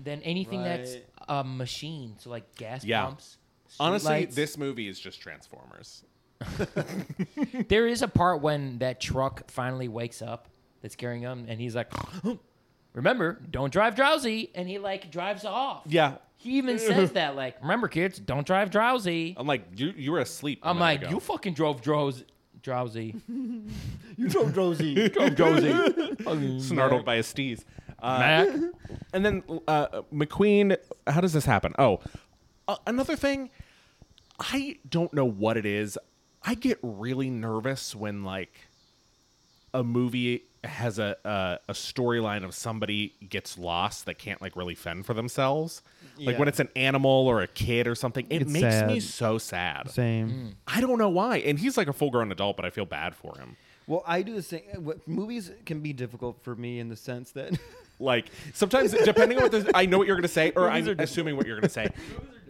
Speaker 5: then anything that's
Speaker 6: Right.
Speaker 5: a machine, so like gas
Speaker 3: Yeah.
Speaker 5: pumps.
Speaker 3: Honestly,
Speaker 5: streetlights.
Speaker 3: this movie is just Transformers.
Speaker 5: There is a part when that truck finally wakes up that's carrying him, and he's like, "Remember, don't drive drowsy," and he like drives off.
Speaker 3: Yeah.
Speaker 5: He even says that, like, "Remember, kids, don't drive drowsy."
Speaker 3: I'm like, you Oh, you were asleep. a
Speaker 5: I'm
Speaker 3: minute
Speaker 5: like,
Speaker 3: ago."
Speaker 5: "You fucking drove drows drowsy."
Speaker 6: You drove Drozy.
Speaker 3: snartled by a steez. Uh,
Speaker 5: Mac.
Speaker 3: and then uh, McQueen, how does this happen? Oh, uh, another thing, I don't know what it is. I get really nervous when like a movie has a a, a storyline of somebody gets lost that can't like really fend for themselves. Like
Speaker 6: Yeah.
Speaker 3: when it's an animal or a kid or something, it
Speaker 6: It's
Speaker 3: makes me
Speaker 6: sad.
Speaker 3: so sad.
Speaker 6: Same.
Speaker 5: Mm.
Speaker 3: I don't know why. And he's like a full grown adult, but I feel bad for him.
Speaker 6: Well, I do the same. eh, What, movies can be difficult for me in the sense that
Speaker 3: Like sometimes, depending on what the, I know what you're gonna say, or I'm assuming what you're gonna say.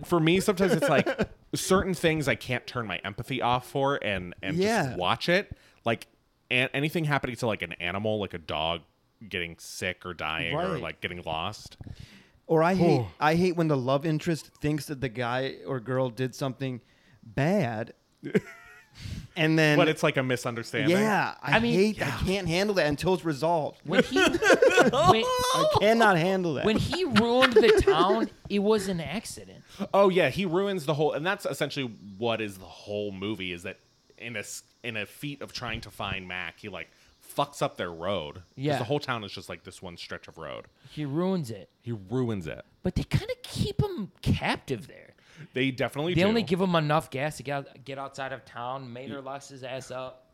Speaker 3: For me, sometimes it's like certain things I can't turn my empathy off for, and and
Speaker 6: Yeah.
Speaker 3: just watch it. Like an anything happening to like an animal, like a dog getting sick or dying or
Speaker 6: Right.
Speaker 3: like getting lost.
Speaker 6: Or I hate I hate when the love interest thinks that the guy or girl did something bad, and then
Speaker 3: But it's like a misunderstanding.
Speaker 6: yeah, I,
Speaker 5: I mean-
Speaker 6: hate I can't handle that until it's resolved.
Speaker 5: When he when,
Speaker 6: I cannot handle that.
Speaker 5: when he ruined the town, it was an accident.
Speaker 3: Oh yeah, he ruins the whole, and that's essentially what is the whole movie is that in a s- in a feat of trying to find Mac, he like fucks up their road. 'Cause
Speaker 5: Yeah.
Speaker 3: the whole town is just like this one stretch of road.
Speaker 5: He ruins it.
Speaker 3: He ruins it.
Speaker 5: But they kind of keep him captive there.
Speaker 3: They definitely
Speaker 5: They
Speaker 3: do.
Speaker 5: only give him enough gas to get, out, get outside of town. Mater locks his ass up.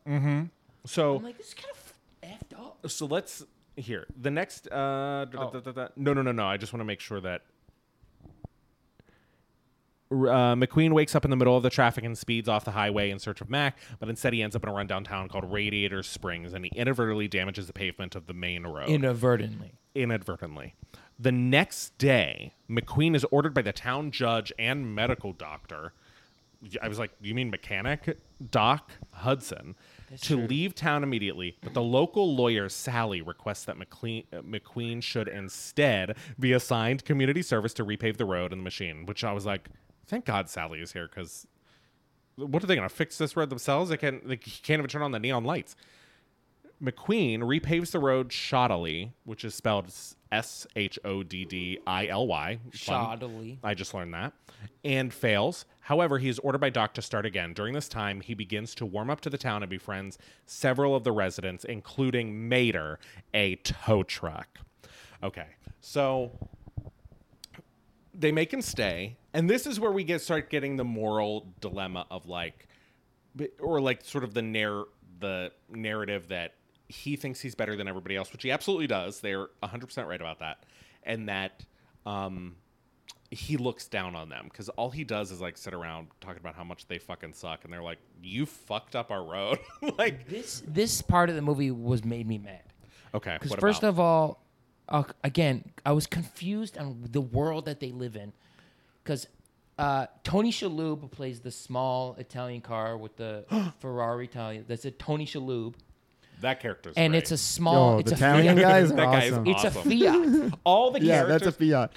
Speaker 3: so
Speaker 5: I'm like, this is kind of effed up.
Speaker 3: so let's here the next uh da- da- da- da- da- no no no no i just want to make sure that R- uh, McQueen wakes up in the middle of the traffic and speeds off the highway in search of Mac, but instead he ends up in a rundown town called Radiator Springs and he inadvertently damages the pavement of the main road
Speaker 5: Inadvertently.
Speaker 3: inadvertently. The next day, McQueen is ordered by the town judge and medical doctor. I was like, you mean mechanic? Doc Hudson. to leave town immediately, but the local lawyer Sally requests that McLean, uh, McQueen should instead be assigned community service to repave the road and the machine. Which I was like, thank God Sally is here because what are they going to fix this road themselves? They can't. They can't even turn on the neon lights. McQueen repaves the road shoddily, which is spelled S H O D D I L Y. Fun.
Speaker 5: Shoddily.
Speaker 3: I just learned that. And fails. However, he is ordered by Doc to start again. During this time, he begins to warm up to the town and befriends several of the residents, including Mater, a tow truck. Okay, so they make him stay, and this is where we get start getting the moral dilemma of like, but- or like sort of the narr the narrative that he thinks he's better than everybody else, which he absolutely does. They're 100% right about that. And that um he looks down on them because all he does is like sit around talking about how much they fucking suck, and they're like, "You fucked up our road." like,
Speaker 5: This this part of the movie was made me mad.
Speaker 3: okay,
Speaker 5: Because
Speaker 3: what
Speaker 5: first
Speaker 3: about?
Speaker 5: of all, uh, again, I was confused on the world that they live in. Because uh, Tony Shalhoub plays the small Italian car with the Ferrari Italian. That's a Tony Shalhoub,
Speaker 3: that character's
Speaker 5: and
Speaker 3: great.
Speaker 5: it's a small. it's
Speaker 6: the
Speaker 5: a
Speaker 6: Italian
Speaker 5: Fiat.
Speaker 6: guys are
Speaker 3: That guy is
Speaker 6: awesome.
Speaker 5: It's
Speaker 3: Awesome.
Speaker 5: a Fiat.
Speaker 3: all the
Speaker 6: yeah,
Speaker 3: characters.
Speaker 6: that's a Fiat.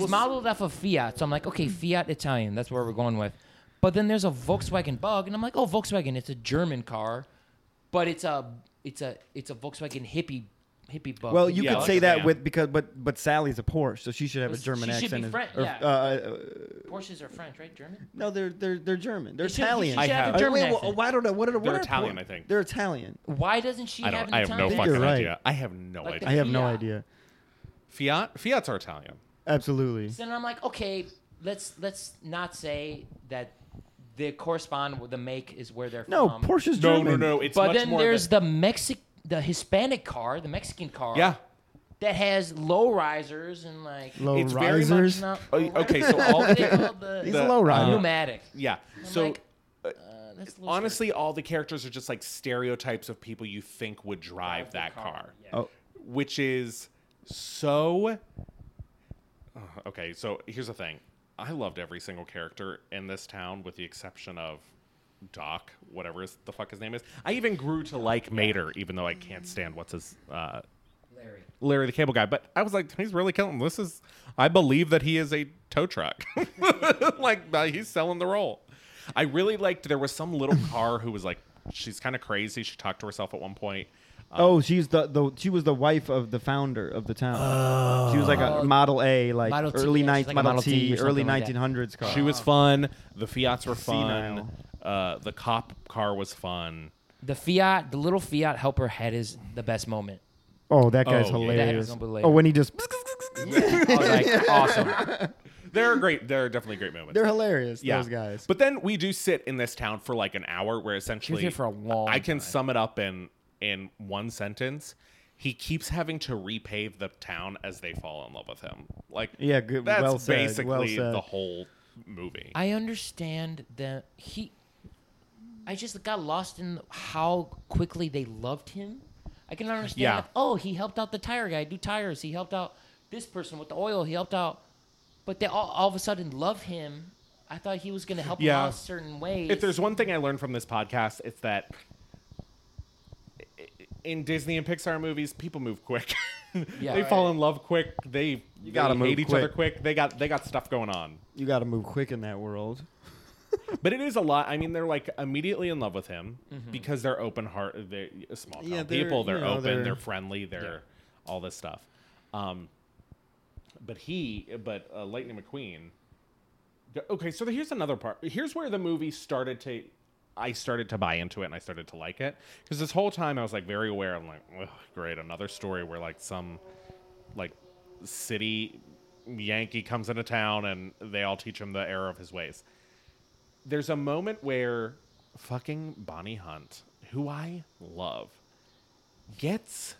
Speaker 5: He's modeled off of Fiat, so I'm like, okay,
Speaker 3: Mm-hmm.
Speaker 5: Fiat Italian. That's where we're going with. But then there's a Volkswagen Bug, and I'm like, oh, Volkswagen. It's a German car, but it's a it's a it's a Volkswagen hippie hippie Bug.
Speaker 6: Well, you
Speaker 3: Yeah,
Speaker 6: could
Speaker 3: like
Speaker 6: say
Speaker 3: a
Speaker 6: that
Speaker 3: van.
Speaker 6: with because but but Sally's a Porsche, so she should have a
Speaker 5: She
Speaker 6: German
Speaker 5: should be
Speaker 6: accent.
Speaker 5: Fran-
Speaker 6: or,
Speaker 5: yeah.
Speaker 6: uh, uh,
Speaker 5: Porsches are French, right? German.
Speaker 6: no, they're they're they're German. They're
Speaker 5: You should- you
Speaker 6: Italian.
Speaker 5: should
Speaker 3: I have a
Speaker 6: Uh,
Speaker 5: German
Speaker 6: wait,
Speaker 5: accent.
Speaker 6: well, I don't know what are, what
Speaker 3: They're
Speaker 6: are
Speaker 3: Italian,
Speaker 6: Por-
Speaker 3: I think.
Speaker 6: They're Italian.
Speaker 5: Why doesn't she
Speaker 3: I
Speaker 5: have
Speaker 3: don't.
Speaker 5: an
Speaker 3: I have no
Speaker 5: Italian?
Speaker 3: fucking
Speaker 6: You're right.
Speaker 3: idea. I have no
Speaker 5: Like
Speaker 3: idea.
Speaker 6: I have no
Speaker 5: Fiat.
Speaker 6: idea.
Speaker 3: Fiat. Fiats are Italian.
Speaker 6: Absolutely.
Speaker 5: So then I'm like, okay, let's let's not say that they correspond with the make is where they're
Speaker 6: No,
Speaker 5: from.
Speaker 6: Porsche's
Speaker 3: No,
Speaker 6: German.
Speaker 3: no, no. It's
Speaker 5: But
Speaker 3: much
Speaker 5: then
Speaker 3: more
Speaker 5: there's
Speaker 3: the,
Speaker 5: the Mexic, the Hispanic car, the Mexican car.
Speaker 3: yeah.
Speaker 5: That has low risers and like
Speaker 6: Low
Speaker 3: It's very much
Speaker 6: risers.
Speaker 5: not-
Speaker 3: Oh, okay, so all-
Speaker 5: What are they called? the, Uh,
Speaker 6: These
Speaker 3: the-
Speaker 6: low riders.
Speaker 5: pneumatic.
Speaker 3: Yeah.
Speaker 5: I'm
Speaker 3: So
Speaker 5: like, uh, that's a little
Speaker 3: honestly, all the characters are just like stereotypes of people you think would drive, that
Speaker 5: strange.
Speaker 3: car,
Speaker 5: Yeah.
Speaker 6: Oh,
Speaker 3: which is so. Ugh, okay, so here's the thing. I loved every single character in this town, with the exception of Doc, whatever his, the fuck his name is. I even grew to like Mater, even though I can't stand what's his uh,
Speaker 5: Larry.
Speaker 3: Larry the Cable Guy, but I was like, he's really killing. him. This is, I believe that he is a tow truck. like uh, he's selling the role. I really liked. There was some little car who was like, she's kind of crazy. She talked to herself at one point. Um,
Speaker 6: oh, she's the, the she was the wife of the founder of the town. she was like a Model A, like
Speaker 5: Model T,
Speaker 6: early
Speaker 5: yeah, she's
Speaker 6: ninth
Speaker 5: like a
Speaker 6: Model,
Speaker 5: Model T
Speaker 6: T,
Speaker 5: or
Speaker 6: early
Speaker 5: something like that.
Speaker 6: 1900s car.
Speaker 3: she was fun. The Fiats were fun.
Speaker 6: Uh-huh. Senile.
Speaker 3: Uh, the cop car was fun.
Speaker 5: The Fiat, the little Fiat helper head is the best moment.
Speaker 6: Oh, that guy's
Speaker 3: Oh, yeah.
Speaker 5: That
Speaker 6: hilarious.
Speaker 5: is unbelievable.
Speaker 6: oh, when he just
Speaker 5: I
Speaker 6: Oh,
Speaker 5: was like, awesome.
Speaker 3: There are great. There are definitely great moments.
Speaker 6: they're hilarious.
Speaker 3: yeah.
Speaker 6: Those guys.
Speaker 3: But then we do sit in this town for like an hour, where essentially
Speaker 5: here for a long
Speaker 3: I can
Speaker 5: time.
Speaker 3: sum it up in in one sentence. He keeps having to repave the town as they fall in love with him. Like
Speaker 6: Yeah, good-
Speaker 3: That's
Speaker 6: well said,
Speaker 3: basically
Speaker 6: well said.
Speaker 3: the whole movie.
Speaker 5: I understand that he. I just got lost in how quickly they loved him. I can understand.
Speaker 3: Yeah.
Speaker 5: like, oh, he helped out the tire guy do tires. He helped out this person with the oil. He helped out, but they all, all of a sudden love him. I thought he was going to help
Speaker 3: Yeah.
Speaker 5: him out certain ways.
Speaker 3: if there's one thing I learned from this podcast, it's that i- in Disney and Pixar movies, people move quick.
Speaker 5: Yeah.
Speaker 3: they fall in love quick. They you
Speaker 6: gotta
Speaker 3: they
Speaker 6: move
Speaker 3: hate each
Speaker 6: quick.
Speaker 3: other quick. They got they got stuff going on.
Speaker 6: you got to move quick in that world.
Speaker 3: But it is a lot. I mean, they're like immediately in love with him because they're open heart. They're small town
Speaker 6: Yeah, they're,
Speaker 3: people. They're
Speaker 6: you know,
Speaker 3: open. They're,
Speaker 6: they're-
Speaker 3: friendly. They're all this stuff. Um, but he, but uh, Lightning McQueen. Okay, so here's another part. Here's where the movie started to. I started to buy into it and I started to like it because this whole time I was like very aware. I'm like, "Ugh, great, another story where like some like city Yankee comes into town and they all teach him the error of his ways. There's a moment where fucking Bonnie Hunt, who I love, gets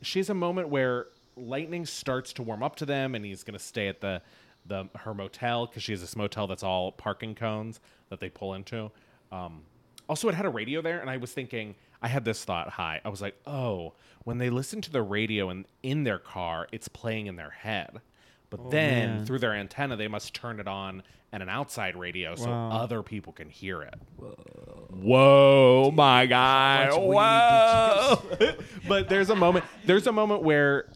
Speaker 3: she has a moment where lightning starts to warm up to them and he's going to stay at the the her motel because she has this motel that's all parking cones that they pull into um, also it had a radio there and i was thinking i had this thought hi i was like oh when they listen to the radio in, in their car it's playing in their head but then
Speaker 6: Oh, man.
Speaker 3: through their antenna they must turn it on at an outside radio so
Speaker 6: Wow.
Speaker 3: other people can hear it whoa my god whoa but there's a moment there's a moment where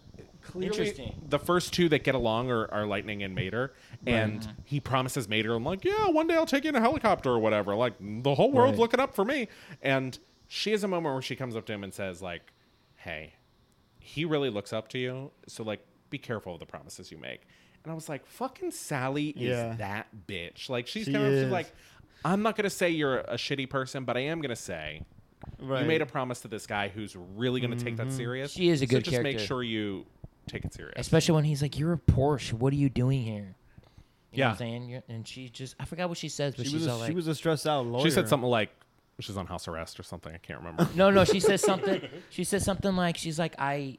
Speaker 3: clearly
Speaker 5: Interesting.
Speaker 3: the first two that get along are, are lightning and mater and he promises mater i'm like yeah one day i'll take you in a helicopter or whatever like the whole world's
Speaker 6: Right.
Speaker 3: looking up for me and she has a moment where she comes up to him and says like hey he really looks up to you so like be careful of the promises you make and i was like fucking sally is
Speaker 6: Yeah.
Speaker 3: that bitch like she's
Speaker 6: She
Speaker 3: kind of she's
Speaker 6: is.
Speaker 3: like i'm not gonna say you're a shitty person but i am gonna say you made a promise to this guy who's really going to take that serious.
Speaker 5: She is a good
Speaker 3: so just make
Speaker 5: character.
Speaker 3: sure you take it serious.
Speaker 5: Especially when he's like, "You're a Porsche. What are you doing here?" You know
Speaker 3: Yeah.
Speaker 5: what I'm saying? You're- and she just, I forgot what she says, but
Speaker 6: She
Speaker 5: she's
Speaker 6: was,
Speaker 5: all
Speaker 6: a,
Speaker 5: like,
Speaker 6: she was a stressed out lawyer.
Speaker 3: She said something like she's on house arrest or something. I can't remember.
Speaker 5: No, no, she says something. She says something like she's like I,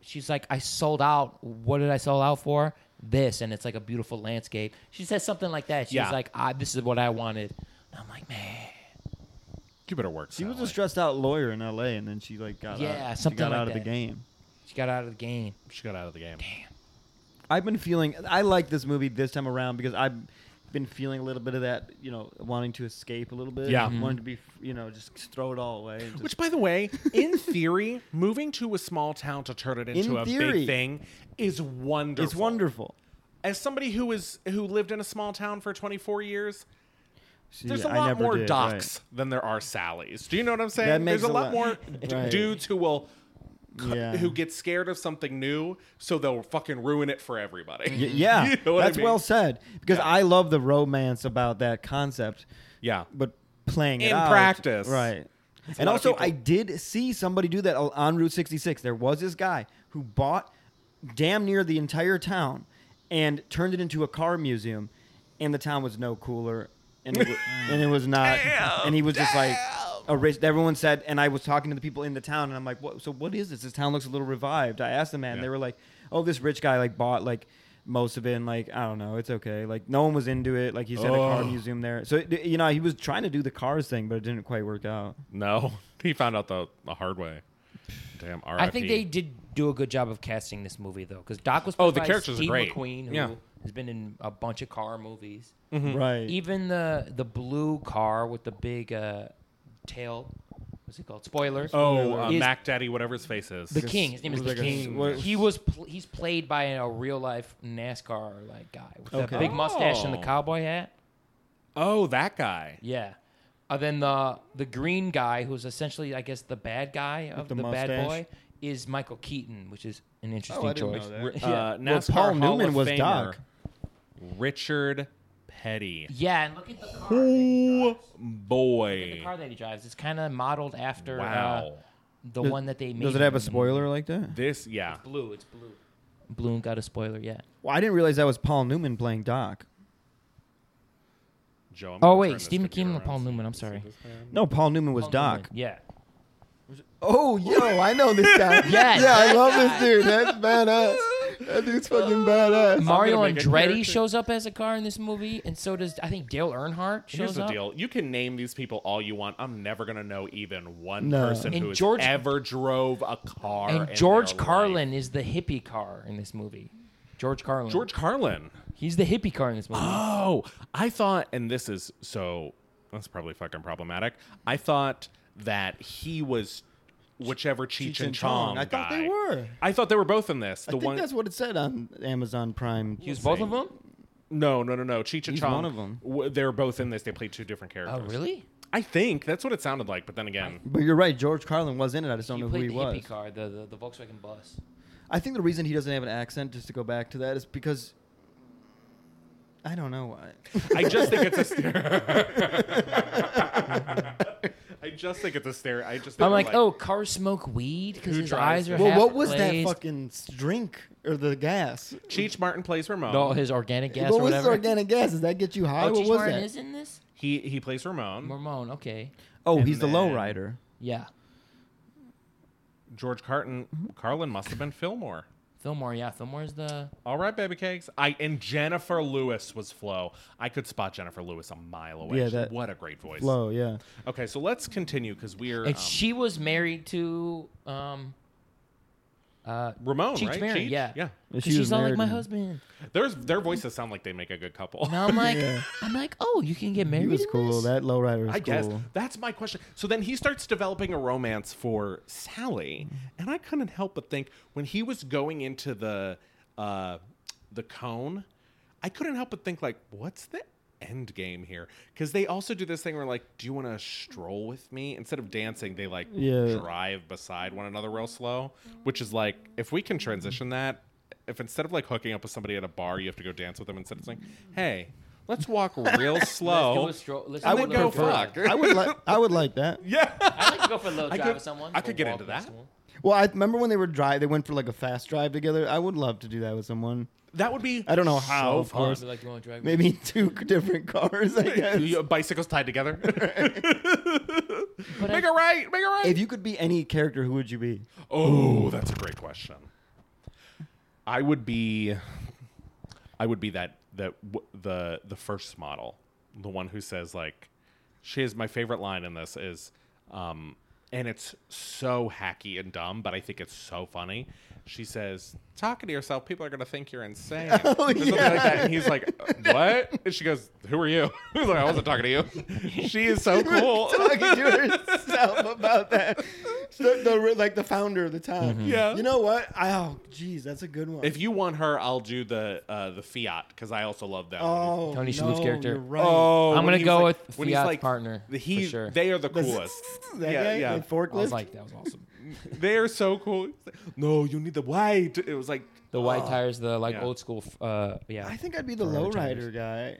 Speaker 5: she's like I sold out. What did I sell out for? This, and it's like a beautiful landscape. She says something like that. She's
Speaker 3: Yeah.
Speaker 5: like, I, this is what I wanted. And I'm like, man,
Speaker 3: you better work.
Speaker 6: She was
Speaker 3: Sally.
Speaker 6: a stressed out lawyer in L.A. and then she like got
Speaker 5: Yeah,
Speaker 6: out, she
Speaker 5: something
Speaker 6: got
Speaker 5: like
Speaker 6: out of
Speaker 5: that.
Speaker 6: the game.
Speaker 5: she got out of the game.
Speaker 3: she got out of the game.
Speaker 6: I've been feeling I like this movie this time around because I've been feeling a little bit of that, you know, wanting to escape a little bit.
Speaker 3: Yeah.
Speaker 6: wanting to be, you know, just throw it all away. and just-
Speaker 3: Which, by the way, in theory, moving to a small town to turn it into a big
Speaker 6: theory.
Speaker 3: thing is wonderful.
Speaker 6: it's wonderful.
Speaker 3: As somebody who is who lived in a small town for 24 years,
Speaker 6: See,
Speaker 3: there's a
Speaker 6: I
Speaker 3: lot
Speaker 6: never
Speaker 3: more
Speaker 6: did,
Speaker 3: docs than there are Sallys. Do you know what I'm saying?
Speaker 6: That makes
Speaker 3: there's a
Speaker 6: a
Speaker 3: lot,
Speaker 6: lot-
Speaker 3: more d-
Speaker 6: Right.
Speaker 3: dudes who will
Speaker 6: Right. Yeah.
Speaker 3: who get scared of something new, so they'll fucking ruin it for everybody.
Speaker 6: Y- yeah,
Speaker 3: You know what I
Speaker 6: that's
Speaker 3: mean?
Speaker 6: well said because I love the romance about that concept,
Speaker 3: Yeah.
Speaker 6: but playing it
Speaker 3: In
Speaker 6: out-
Speaker 3: practice.
Speaker 6: right?
Speaker 3: It's a lot
Speaker 6: And
Speaker 3: of
Speaker 6: also,
Speaker 3: people-
Speaker 6: I did see somebody do that on Route 66. There was this guy who bought damn near the entire town and turned it into a car museum, and the town was no cooler, and it, wa- and it was not, and he was just like. A rich, everyone said, and I was talking to the people in the town, and I'm like, "What? So what is this? This town looks a little revived." I asked the man,
Speaker 3: Yeah.
Speaker 6: they were like, "Oh, this rich guy like bought like most of it, and like I don't know, it's okay. Like no one was into it. Like he's had a car
Speaker 3: Ugh.
Speaker 6: museum there, so it- you know he was trying to do the cars thing, but it didn't quite work out.
Speaker 3: No, he found out the, the hard way. Damn, RIP.
Speaker 5: I think they did do a good job of casting this movie though, because Doc was
Speaker 3: Oh,
Speaker 5: played
Speaker 3: the
Speaker 5: by
Speaker 3: characters are
Speaker 5: Steve
Speaker 3: great.
Speaker 5: McQueen, who
Speaker 3: Yeah.
Speaker 5: has been in a bunch of car movies.
Speaker 3: Mm-hmm.
Speaker 6: Right?
Speaker 5: Even the the blue car with the big uh, tail. What's it called? Spoilers.
Speaker 3: Oh, uh,
Speaker 5: Is-
Speaker 3: Mac Daddy, whatever his face is.
Speaker 5: The King. His name is
Speaker 6: was
Speaker 5: The
Speaker 6: like a-
Speaker 5: King.
Speaker 6: what-
Speaker 5: he was pl- he's played by a real life NASCAR like guy with that
Speaker 6: Okay.
Speaker 5: big mustache and the
Speaker 3: Oh.
Speaker 5: cowboy hat.
Speaker 3: Oh, that guy.
Speaker 5: Yeah. And then the the green guy, who's essentially I guess the bad guy of
Speaker 6: the
Speaker 5: the, bad
Speaker 6: mustache.
Speaker 5: boy, is Michael Keaton, which is an interesting
Speaker 6: Oh, I didn't
Speaker 5: choice.
Speaker 6: know that.
Speaker 3: Uh,
Speaker 5: Yeah.
Speaker 3: NASCAR
Speaker 6: Paul
Speaker 3: Hall
Speaker 6: Newman
Speaker 3: of
Speaker 6: was
Speaker 3: Famer,
Speaker 6: Doc.
Speaker 3: Richard Petty.
Speaker 5: Yeah, and look at the car. that he
Speaker 3: Oh
Speaker 5: drives. The
Speaker 3: boy!
Speaker 5: car that he drives It's kind of modeled after uh,
Speaker 3: Wow.
Speaker 5: the one that they made.
Speaker 6: Does it
Speaker 5: him
Speaker 6: have a
Speaker 5: in the
Speaker 6: spoiler like that?
Speaker 3: This, yeah.
Speaker 5: movie. Blue. It's blue. Blue and got a spoiler. Yeah.
Speaker 6: Well, I didn't realize that was Paul Newman playing Doc.
Speaker 3: Joe. I'm
Speaker 5: Oh
Speaker 3: gonna
Speaker 5: wait,
Speaker 3: turn this
Speaker 5: Steve
Speaker 3: computer
Speaker 5: McKean and
Speaker 3: around
Speaker 5: Paul
Speaker 3: so you
Speaker 5: Newman.
Speaker 3: can
Speaker 5: I'm
Speaker 3: see
Speaker 5: sorry.
Speaker 3: this man.
Speaker 6: No, Paul Newman was Doc.
Speaker 5: Newman, Yeah.
Speaker 6: Oh, yo, I know this guy.
Speaker 5: Yes,
Speaker 6: yeah, I
Speaker 5: that
Speaker 6: love this dude. That's badass. That dude's fucking badass.
Speaker 5: Mario
Speaker 3: make a character.
Speaker 5: Andretti shows up as a car in this movie, and so does I think Dale Earnhardt shows
Speaker 3: Here's the
Speaker 5: up.
Speaker 3: deal: you can name these people all you want. I'm never gonna know even one
Speaker 6: No.
Speaker 3: person
Speaker 5: And
Speaker 3: who has
Speaker 5: George-
Speaker 3: ever drove a car. in
Speaker 5: And
Speaker 3: their
Speaker 5: George
Speaker 3: life.
Speaker 5: Carlin is the hippie car in this movie. George Carlin.
Speaker 3: George Carlin.
Speaker 5: He's the hippie car in this movie.
Speaker 3: Oh, I thought, and this is so. That's probably fucking problematic. I thought that he was whichever Cheech,
Speaker 6: Cheech
Speaker 3: and
Speaker 6: and
Speaker 3: Chong.
Speaker 6: Chong. I thought they
Speaker 3: guy.
Speaker 6: were.
Speaker 3: I thought they were both in this. The
Speaker 6: I think
Speaker 3: one.
Speaker 6: that's what it said on Amazon Prime.
Speaker 5: he was both of them.
Speaker 3: No, no, no, no. Cheech and
Speaker 6: He's
Speaker 3: Chong.
Speaker 6: one of 'em.
Speaker 3: w- they're both in this. They played two different
Speaker 5: Oh
Speaker 3: characters.
Speaker 5: really?
Speaker 3: I think that's what it sounded like. But then again,
Speaker 6: But you're right. George Carlin was in it. I just don't
Speaker 5: He
Speaker 6: know who
Speaker 5: played
Speaker 6: he
Speaker 5: the
Speaker 6: was.
Speaker 5: hippie car, the, the the Volkswagen bus.
Speaker 6: I think the reason he doesn't have an accent, just to go back to that, is because I don't know why.
Speaker 3: I just think it's a stare. I just think it's a stare. I just think
Speaker 5: I'm
Speaker 3: we're
Speaker 5: like, oh, cars smoke weed because
Speaker 3: Who
Speaker 5: his
Speaker 3: drives
Speaker 5: eyes are.
Speaker 3: it?
Speaker 6: well,
Speaker 5: half
Speaker 6: what was
Speaker 5: glazed.
Speaker 6: that fucking s- drink or the gas?
Speaker 3: Cheech Martin plays Ramon.
Speaker 5: All his organic gas
Speaker 6: what
Speaker 5: or
Speaker 6: was
Speaker 5: whatever.
Speaker 6: the organic gas? Does that get you high?
Speaker 5: oh,
Speaker 6: what
Speaker 5: Cheech
Speaker 6: was
Speaker 5: Marin
Speaker 6: that?
Speaker 5: is in this?
Speaker 3: He he plays Ramon.
Speaker 5: Mormon, okay,
Speaker 6: oh,
Speaker 3: And
Speaker 6: he's the
Speaker 3: then-
Speaker 6: lowrider.
Speaker 5: yeah.
Speaker 3: George Carton Carlin must have been Fillmore.
Speaker 5: Fillmore, yeah, Fillmore's the.
Speaker 3: All right, baby cakes. I and Jennifer Lewis was Flo. I could spot Jennifer Lewis a mile away.
Speaker 6: Yeah,
Speaker 3: She-
Speaker 6: that-
Speaker 3: what a great voice.
Speaker 6: Low, yeah.
Speaker 3: Okay, so let's continue because we're um,
Speaker 5: And she was married to um. Uh,
Speaker 3: um, Ramon,
Speaker 5: Cheech
Speaker 3: right?
Speaker 5: Marin, yeah.
Speaker 3: yeah.
Speaker 5: 'cause
Speaker 6: She was
Speaker 5: she's all like
Speaker 6: married
Speaker 5: my
Speaker 6: and-
Speaker 5: husband.
Speaker 3: There's their voices sound like they make a good couple.
Speaker 5: And I'm like,
Speaker 6: Yeah.
Speaker 5: I'm like, oh, you can get married.
Speaker 6: He was
Speaker 5: in
Speaker 6: cool.
Speaker 5: this?
Speaker 6: That lowrider was
Speaker 3: I guess
Speaker 6: cool.
Speaker 3: that's my question. So then he starts developing a romance for Sally, and I couldn't help but think when he was going into the uh, the cone, I couldn't help but think like, what's the end game here? Because they also do this thing where like, do you want to stroll with me instead of dancing? They like
Speaker 6: Yeah.
Speaker 3: drive beside one another real slow, which is like if we can transition that. If instead of like hooking up with somebody at a bar, you have to go dance with them instead of saying, "Hey, let's walk real
Speaker 5: Let's do
Speaker 3: slow."
Speaker 5: a stroll- let's
Speaker 3: Oh. I
Speaker 5: do a
Speaker 3: would
Speaker 5: little
Speaker 3: go
Speaker 5: drive.
Speaker 3: fuck.
Speaker 6: I would like. I would like that.
Speaker 3: yeah.
Speaker 5: I'd like to go for a little
Speaker 3: I
Speaker 5: drive
Speaker 3: could-
Speaker 5: with someone.
Speaker 3: I could
Speaker 5: Go
Speaker 3: get
Speaker 5: walk
Speaker 3: into
Speaker 5: with
Speaker 3: that.
Speaker 5: someone.
Speaker 6: Well, I remember when they were drive. They went for like a fast drive together. I would love to do that with someone.
Speaker 3: That would be.
Speaker 6: I don't know how,
Speaker 3: so
Speaker 6: of
Speaker 3: fun.
Speaker 6: course.
Speaker 5: I'd be like, you want to drive?
Speaker 6: Maybe two different cars. I guess.
Speaker 3: You- Bicycles tied together.
Speaker 5: But I-
Speaker 3: make it right. Make it right.
Speaker 6: if you could be any character, who would you be?
Speaker 3: oh, that's a great question. I would be. I would be that that w- the the first model, the one who says like, she is my favorite line in this is, um, and it's so hacky and dumb, but I think it's so funny. She says, "Talking to yourself, people are gonna think you're insane." Or something like that. And he's like, "What?" And she goes, "Who are you?" He's like, "I wasn't talking to you." she is so cool.
Speaker 6: talking to herself about that. So the, like the founder of the time.
Speaker 3: Yeah.
Speaker 6: You know what? I, oh, geez, that's a good one.
Speaker 3: If you want her, I'll do the uh, the Fiat because I also love that. one.
Speaker 6: oh,
Speaker 5: Tony
Speaker 6: no,
Speaker 5: Shalhoub's character.
Speaker 6: You're right.
Speaker 5: I'm
Speaker 3: when
Speaker 5: gonna
Speaker 3: he's
Speaker 5: go
Speaker 3: like-
Speaker 5: with
Speaker 3: when he's
Speaker 5: Fiat's
Speaker 3: like-
Speaker 5: partner,
Speaker 3: The,
Speaker 5: for
Speaker 3: he,
Speaker 5: sure.
Speaker 3: they are the
Speaker 6: That's-
Speaker 3: coolest.
Speaker 6: that
Speaker 3: yeah,
Speaker 6: guy,
Speaker 3: yeah.
Speaker 6: that forklift.
Speaker 5: I was like, that was awesome.
Speaker 3: they are so cool. He's like, no, you need the white. It was like
Speaker 5: The white tires, the like
Speaker 3: Oh. Yeah.
Speaker 5: old school. f- Uh, yeah.
Speaker 6: I think I'd be the
Speaker 5: Ferrari
Speaker 6: lowrider
Speaker 5: tires.
Speaker 6: guy.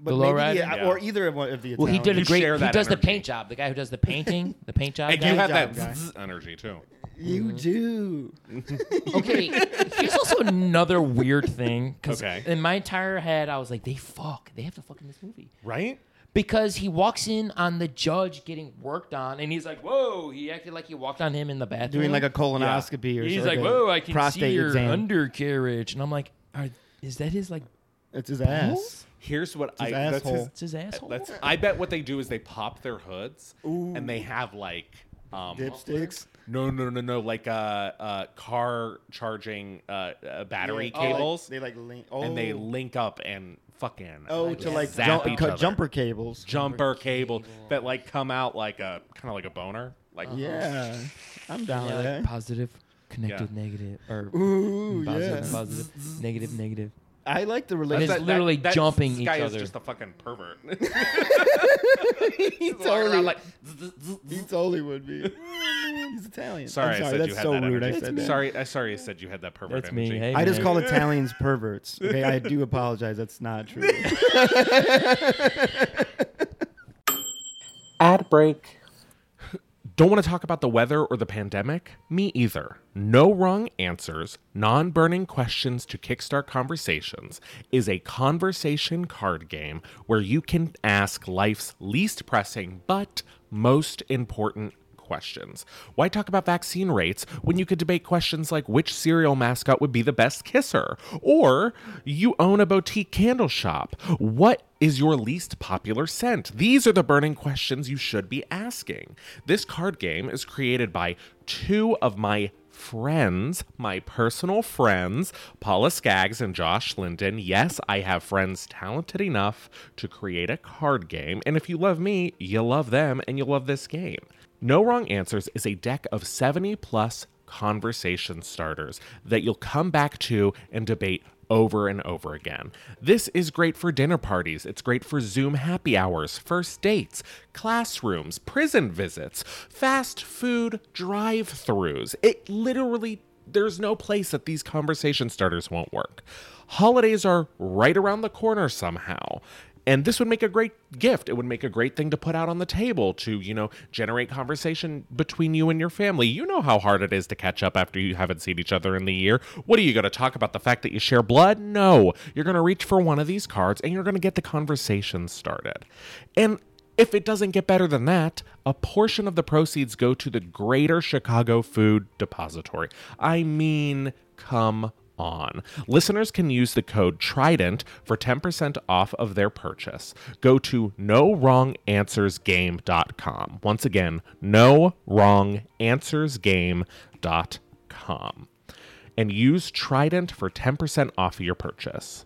Speaker 6: But
Speaker 5: The
Speaker 6: maybe
Speaker 5: lowrider?
Speaker 3: Yeah.
Speaker 6: or either of one of the.
Speaker 5: Well, he did a
Speaker 3: You
Speaker 5: great.
Speaker 3: share
Speaker 5: He
Speaker 3: that
Speaker 5: does the
Speaker 3: energy.
Speaker 5: paint job. The guy who does the painting, the paint job.
Speaker 3: and
Speaker 5: guy.
Speaker 3: you have
Speaker 6: job,
Speaker 3: that
Speaker 6: guy.
Speaker 3: zzz energy too.
Speaker 6: You do.
Speaker 5: Okay, here's also another weird thing. 'cause
Speaker 3: Okay.
Speaker 5: In my entire head, I was like, they fuck. They have to fuck in this movie.
Speaker 3: Right?
Speaker 5: Because he walks in on the judge getting worked on, and he's like, "Whoa!" He acted like he walked on him in the bathroom,
Speaker 6: Doing like a colonoscopy or
Speaker 5: He's like,
Speaker 6: something.
Speaker 5: "Whoa, I can
Speaker 6: prostate
Speaker 5: see your
Speaker 6: exam.
Speaker 5: undercarriage," and I'm like, Are, "Is that his like?
Speaker 6: It's his ass.
Speaker 3: Here's what I.
Speaker 6: his
Speaker 3: That's his,
Speaker 6: asshole.
Speaker 5: It's his asshole."
Speaker 3: that's. I bet what they do is they pop their hoods and they have like. Um,
Speaker 6: Dipsticks.
Speaker 3: no, no, no, no! Like uh, uh, car charging uh, uh battery
Speaker 6: Oh, like-
Speaker 3: cables,
Speaker 6: they like link. Oh.
Speaker 3: and they link up and fucking
Speaker 6: Oh, to
Speaker 5: Yeah.
Speaker 6: like
Speaker 3: zap
Speaker 6: jump,
Speaker 3: each
Speaker 6: cu-
Speaker 3: other.
Speaker 6: jumper cables.
Speaker 3: jumper cable that like come out like a kind of like a boner. Like
Speaker 6: Yeah, I'm down
Speaker 5: Yeah,
Speaker 6: with
Speaker 5: like
Speaker 6: that.
Speaker 5: positive, connected,
Speaker 3: Yeah.
Speaker 5: negative, or
Speaker 6: Ooh,
Speaker 5: positive,
Speaker 6: yeah.
Speaker 5: positive, negative, negative.
Speaker 6: I like the
Speaker 5: It is
Speaker 6: relationship.
Speaker 5: literally jumping
Speaker 3: this
Speaker 5: each
Speaker 3: guy is
Speaker 5: other.
Speaker 3: just a fucking pervert.
Speaker 6: he,
Speaker 3: He's walking around
Speaker 6: totally,
Speaker 3: like,
Speaker 6: he totally would be. He's Italian.
Speaker 3: sorry,
Speaker 6: I'm
Speaker 3: I
Speaker 6: sorry
Speaker 3: said
Speaker 6: that's
Speaker 3: you had
Speaker 6: so
Speaker 3: that
Speaker 6: rude.
Speaker 3: energy.
Speaker 6: I said that.
Speaker 3: Sorry, I sorry, I said you had that pervert
Speaker 5: That's me.
Speaker 3: energy.
Speaker 5: Hey,
Speaker 6: I just
Speaker 5: man.
Speaker 6: call Italians perverts. Okay, I do apologize. That's not true.
Speaker 3: Ad break. Don't want to talk about the weather or the pandemic? Me either. No Wrong Answers, Non Burning Questions to Kickstart Conversations is a conversation card game where you can ask life's least pressing but most important questions. Why talk about vaccine rates when you could debate questions like which cereal mascot would be the best kisser? Or you own a boutique candle shop. What is your least popular scent? These are the burning questions you should be asking. This card game is created by two of my friends, my personal friends, Paula Skaggs and Josh Linden. Yes, I have friends talented enough to create a card game. And if you love me, you love them and you love this game. No Wrong Answers is a deck of 70 plus conversation starters that you'll come back to and debate over and over again. This is great for dinner parties. It's great for Zoom happy hours, first dates, classrooms, prison visits, fast food drive throughs. It literally there's no place that these conversation starters won't work. Holidays are right around the corner somehow. And this would make a great gift. It would make a great thing to put out on the table to, you know, generate conversation between you and your family. You know how hard it is to catch up after you haven't seen each other in the year. What are you going to talk about? The fact that you share blood? No. You're going to reach for one of these cards and you're going to get the conversation started. And if it doesn't get better than that, a portion of the proceeds go to the Greater Chicago Food Depository. I mean, come on. Listeners can use the code TRIDENT for 10% off of their purchase. Go to nowronganswersgame.com. Once again, nowronganswersgame.com. And use Trident for 10% off of your purchase.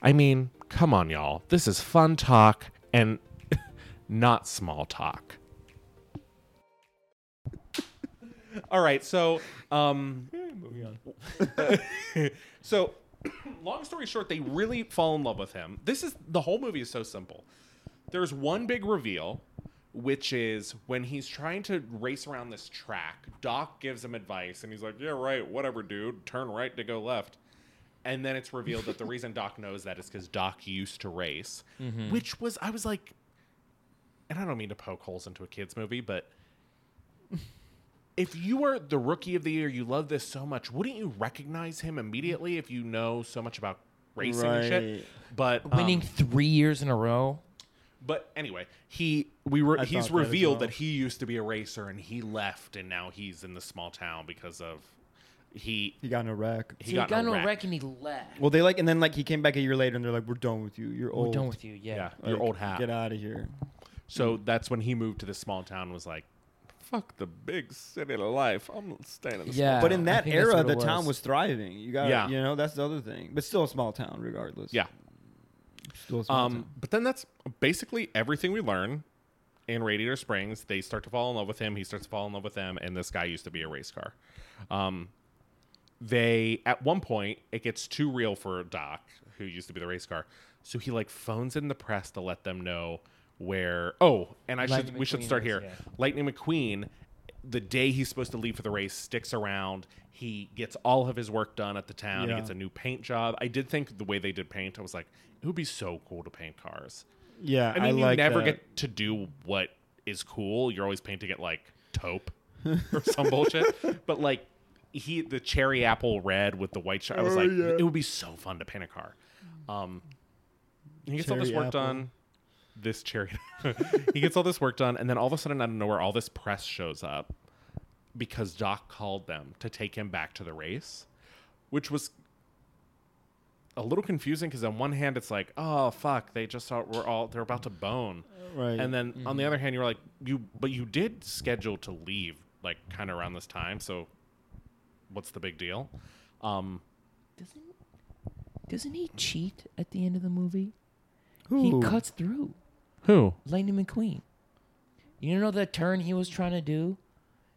Speaker 3: I mean, come on, y'all. This is fun talk and not small talk. All right, so um so long story short, they really fall in love with him. This is the whole movie is so simple. There's one big reveal, which is when he's trying to race around this track, Doc gives him advice and he's like, "Yeah, right, whatever, dude. Turn right to go left." And then it's revealed that the reason Doc knows that is cuz Doc used to race, which was I was like and I don't mean to poke holes into a kids movie, but if you were the rookie of the year, you love this so much, wouldn't you recognize him immediately if you know so much about racing and shit?
Speaker 6: Right.
Speaker 3: But um,
Speaker 5: Winning three years in a row.
Speaker 3: but anyway, he we were
Speaker 6: I
Speaker 3: he's
Speaker 6: thought that as
Speaker 3: revealed
Speaker 6: well.
Speaker 3: that he used to be a racer and he left and now he's in the small town because of he
Speaker 6: He got in a wreck.
Speaker 3: he
Speaker 5: so
Speaker 3: got,
Speaker 5: he got
Speaker 3: in a wreck.
Speaker 5: and he left.
Speaker 6: Well, they like, and then like he came back a year later, and they're like, "We're done with you. You're
Speaker 5: We're
Speaker 6: old.
Speaker 5: done with you. Yeah.
Speaker 3: Yeah,
Speaker 6: Like,
Speaker 3: your old hat.
Speaker 6: Get out of here."
Speaker 3: So that's when he moved to this small town. and Was like, fuck the big city life. I'm staying in the small
Speaker 5: Yeah.
Speaker 6: But in
Speaker 5: I
Speaker 6: that
Speaker 5: think that's
Speaker 6: era,
Speaker 5: what
Speaker 6: the
Speaker 5: it
Speaker 6: town
Speaker 5: was.
Speaker 6: was thriving. You got,
Speaker 3: Yeah.
Speaker 6: to you know, that's the other thing. But still a small town, regardless.
Speaker 3: Yeah.
Speaker 6: Still a small
Speaker 3: Um,
Speaker 6: town.
Speaker 3: but then that's basically everything we learn in Radiator Springs. They start to fall in love with him. He starts to fall in love with them. And this guy used to be a race car. Um, they at one point it gets too real for Doc, who used to be the race car. So he like phones in the press to let them know where. Oh, and I should
Speaker 5: Lightning
Speaker 3: we should
Speaker 5: McQueen
Speaker 3: start
Speaker 5: is,
Speaker 3: here.
Speaker 5: yeah.
Speaker 3: Lightning McQueen, the day he's supposed to leave for the race, sticks around. He gets all of his work done at the town.
Speaker 6: Yeah.
Speaker 3: He gets a new paint job. I did think the way they did paint, I was like, it would be so cool to paint cars.
Speaker 6: yeah.
Speaker 3: I mean, you
Speaker 6: like
Speaker 3: never
Speaker 6: that.
Speaker 3: get to do what is cool. You're always painting it like taupe or some bullshit. But like he, the cherry apple red with the white. Sh- I was
Speaker 6: Oh,
Speaker 3: like,
Speaker 6: yeah.
Speaker 3: it would be so fun to paint a car. Um, he gets all this
Speaker 6: Cherry
Speaker 3: work
Speaker 6: apple.
Speaker 3: done. This cherry, he gets all this work done, and then all of a sudden, out of nowhere, all this press shows up because Doc called them to take him back to the race, which was a little confusing because on one hand it's like, oh fuck, they just thought we're all they're about to bone,
Speaker 6: Right.
Speaker 3: And then
Speaker 5: Mm-hmm.
Speaker 3: on the other hand, you're like, you but you did schedule to leave like kind of around this time, so what's the big deal? Um,
Speaker 5: Doesn't doesn't he cheat at the end of the movie?
Speaker 6: Who?
Speaker 5: He cuts through
Speaker 3: Who?
Speaker 5: Lightning McQueen. You know the turn he was trying to do?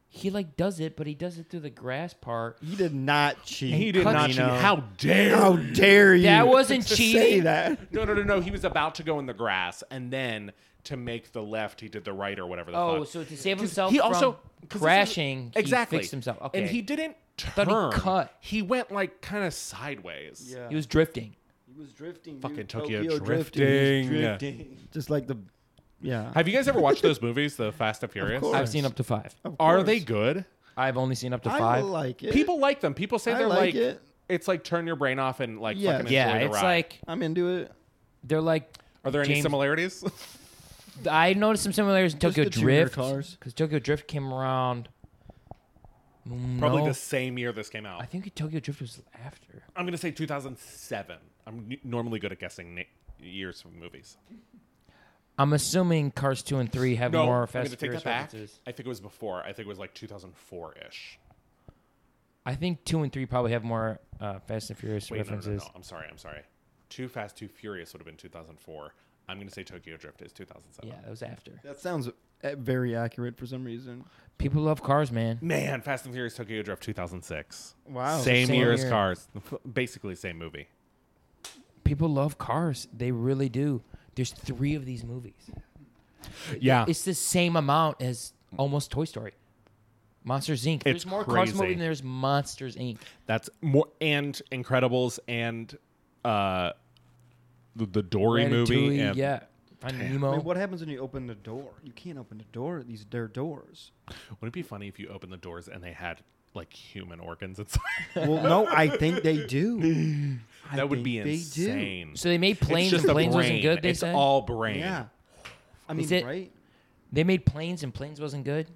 Speaker 5: He like does it, but he does it through the grass part.
Speaker 6: He did not cheat.
Speaker 3: He did
Speaker 5: cuts-
Speaker 3: not. cheat.
Speaker 6: Nino.
Speaker 3: How dare?
Speaker 6: How dare you?
Speaker 5: That wasn't
Speaker 6: to Say
Speaker 5: cheating.
Speaker 6: that.
Speaker 3: No, no, no, no. He was about to go in the grass, and then to make the left, he did the right or whatever the fuck.
Speaker 5: Oh, so to save
Speaker 3: 'Cause
Speaker 5: himself
Speaker 3: he
Speaker 5: from
Speaker 3: also 'cause this is-
Speaker 5: crashing,
Speaker 3: exactly
Speaker 5: he fixed himself. Okay,
Speaker 3: and he didn't
Speaker 5: thought
Speaker 3: turn.
Speaker 5: he cut.
Speaker 3: He went like kind of sideways.
Speaker 6: Yeah.
Speaker 5: he was drifting.
Speaker 6: He was drifting. dude.
Speaker 3: Fucking Tokyo
Speaker 6: He was
Speaker 3: drifting.
Speaker 6: drifting. Just like the. Yeah.
Speaker 3: Have you guys ever watched those movies, The Fast and Furious?
Speaker 6: course.
Speaker 5: I've seen up to five.
Speaker 6: Of
Speaker 3: Are they
Speaker 6: course.
Speaker 3: good?
Speaker 5: I've only seen up to
Speaker 6: Oh. I
Speaker 5: five.
Speaker 6: like it.
Speaker 3: People like them. People say
Speaker 6: I
Speaker 3: they're
Speaker 6: like
Speaker 3: like,
Speaker 6: it.
Speaker 3: it's like turn your brain off and like
Speaker 6: Yes.
Speaker 3: fucking
Speaker 5: yeah,
Speaker 3: enjoy the
Speaker 5: it's
Speaker 3: ride.
Speaker 5: like
Speaker 6: I'm into it.
Speaker 5: they're like.
Speaker 3: Are there any
Speaker 5: James-
Speaker 3: similarities?
Speaker 5: I noticed some similarities in Tokyo
Speaker 6: the tuner
Speaker 5: Drift
Speaker 6: cars.
Speaker 5: because Tokyo Drift came around. mm,
Speaker 3: Probably
Speaker 5: no.
Speaker 3: the same year this came out.
Speaker 5: I think Tokyo Drift was after.
Speaker 3: I'm gonna say 2007. I'm n- normally good at guessing na- years from movies.
Speaker 5: I'm assuming Cars two and three have
Speaker 3: No,
Speaker 5: more
Speaker 3: I'm
Speaker 5: Fast
Speaker 3: gonna
Speaker 5: and
Speaker 3: take
Speaker 5: Furious
Speaker 3: that back.
Speaker 5: references.
Speaker 3: I think it was before. I think it was like 2004 ish.
Speaker 5: I think two and three probably have more uh, Fast and Furious
Speaker 3: Wait, no, no,
Speaker 5: references.
Speaker 3: no, no. I'm sorry. I'm sorry. Too Fast, Too Furious would have been 2004. I'm gonna say Tokyo Drift is 2007.
Speaker 5: Yeah, that was after.
Speaker 6: That sounds uh, very accurate for some reason.
Speaker 5: People love cars, man.
Speaker 3: Man, Fast and Furious Tokyo Drift 2006.
Speaker 6: Wow.
Speaker 3: Same,
Speaker 5: Same
Speaker 3: year as
Speaker 5: year.
Speaker 3: Cars. Basically, same movie.
Speaker 5: People love cars. They really do. There's three of these movies.
Speaker 3: Yeah.
Speaker 5: It's the same amount as almost Toy Story. Monsters Inc. There's
Speaker 3: It's
Speaker 5: more Cars
Speaker 3: crazy.
Speaker 5: movie than there's Monsters Inc.
Speaker 3: That's more and Incredibles and uh the, the Dory movie.
Speaker 5: Ratatouille,
Speaker 3: And
Speaker 5: yeah. Finding Nemo.
Speaker 6: I mean, what happens when you open the door? You can't open the door. These they're doors.
Speaker 3: Wouldn't it be funny if you opened the doors and they had like human organs inside?
Speaker 6: Well, no, I think they do. I
Speaker 3: that would
Speaker 6: think
Speaker 3: be
Speaker 6: they do.
Speaker 3: insane.
Speaker 5: so they made
Speaker 3: It's
Speaker 5: planes
Speaker 3: just
Speaker 5: and
Speaker 3: a
Speaker 5: planes wasn't
Speaker 3: brain.
Speaker 5: good. They
Speaker 3: it's
Speaker 5: said
Speaker 3: all brain.
Speaker 6: Yeah. I mean,
Speaker 5: Is it-
Speaker 6: right?
Speaker 5: they made planes and planes wasn't good.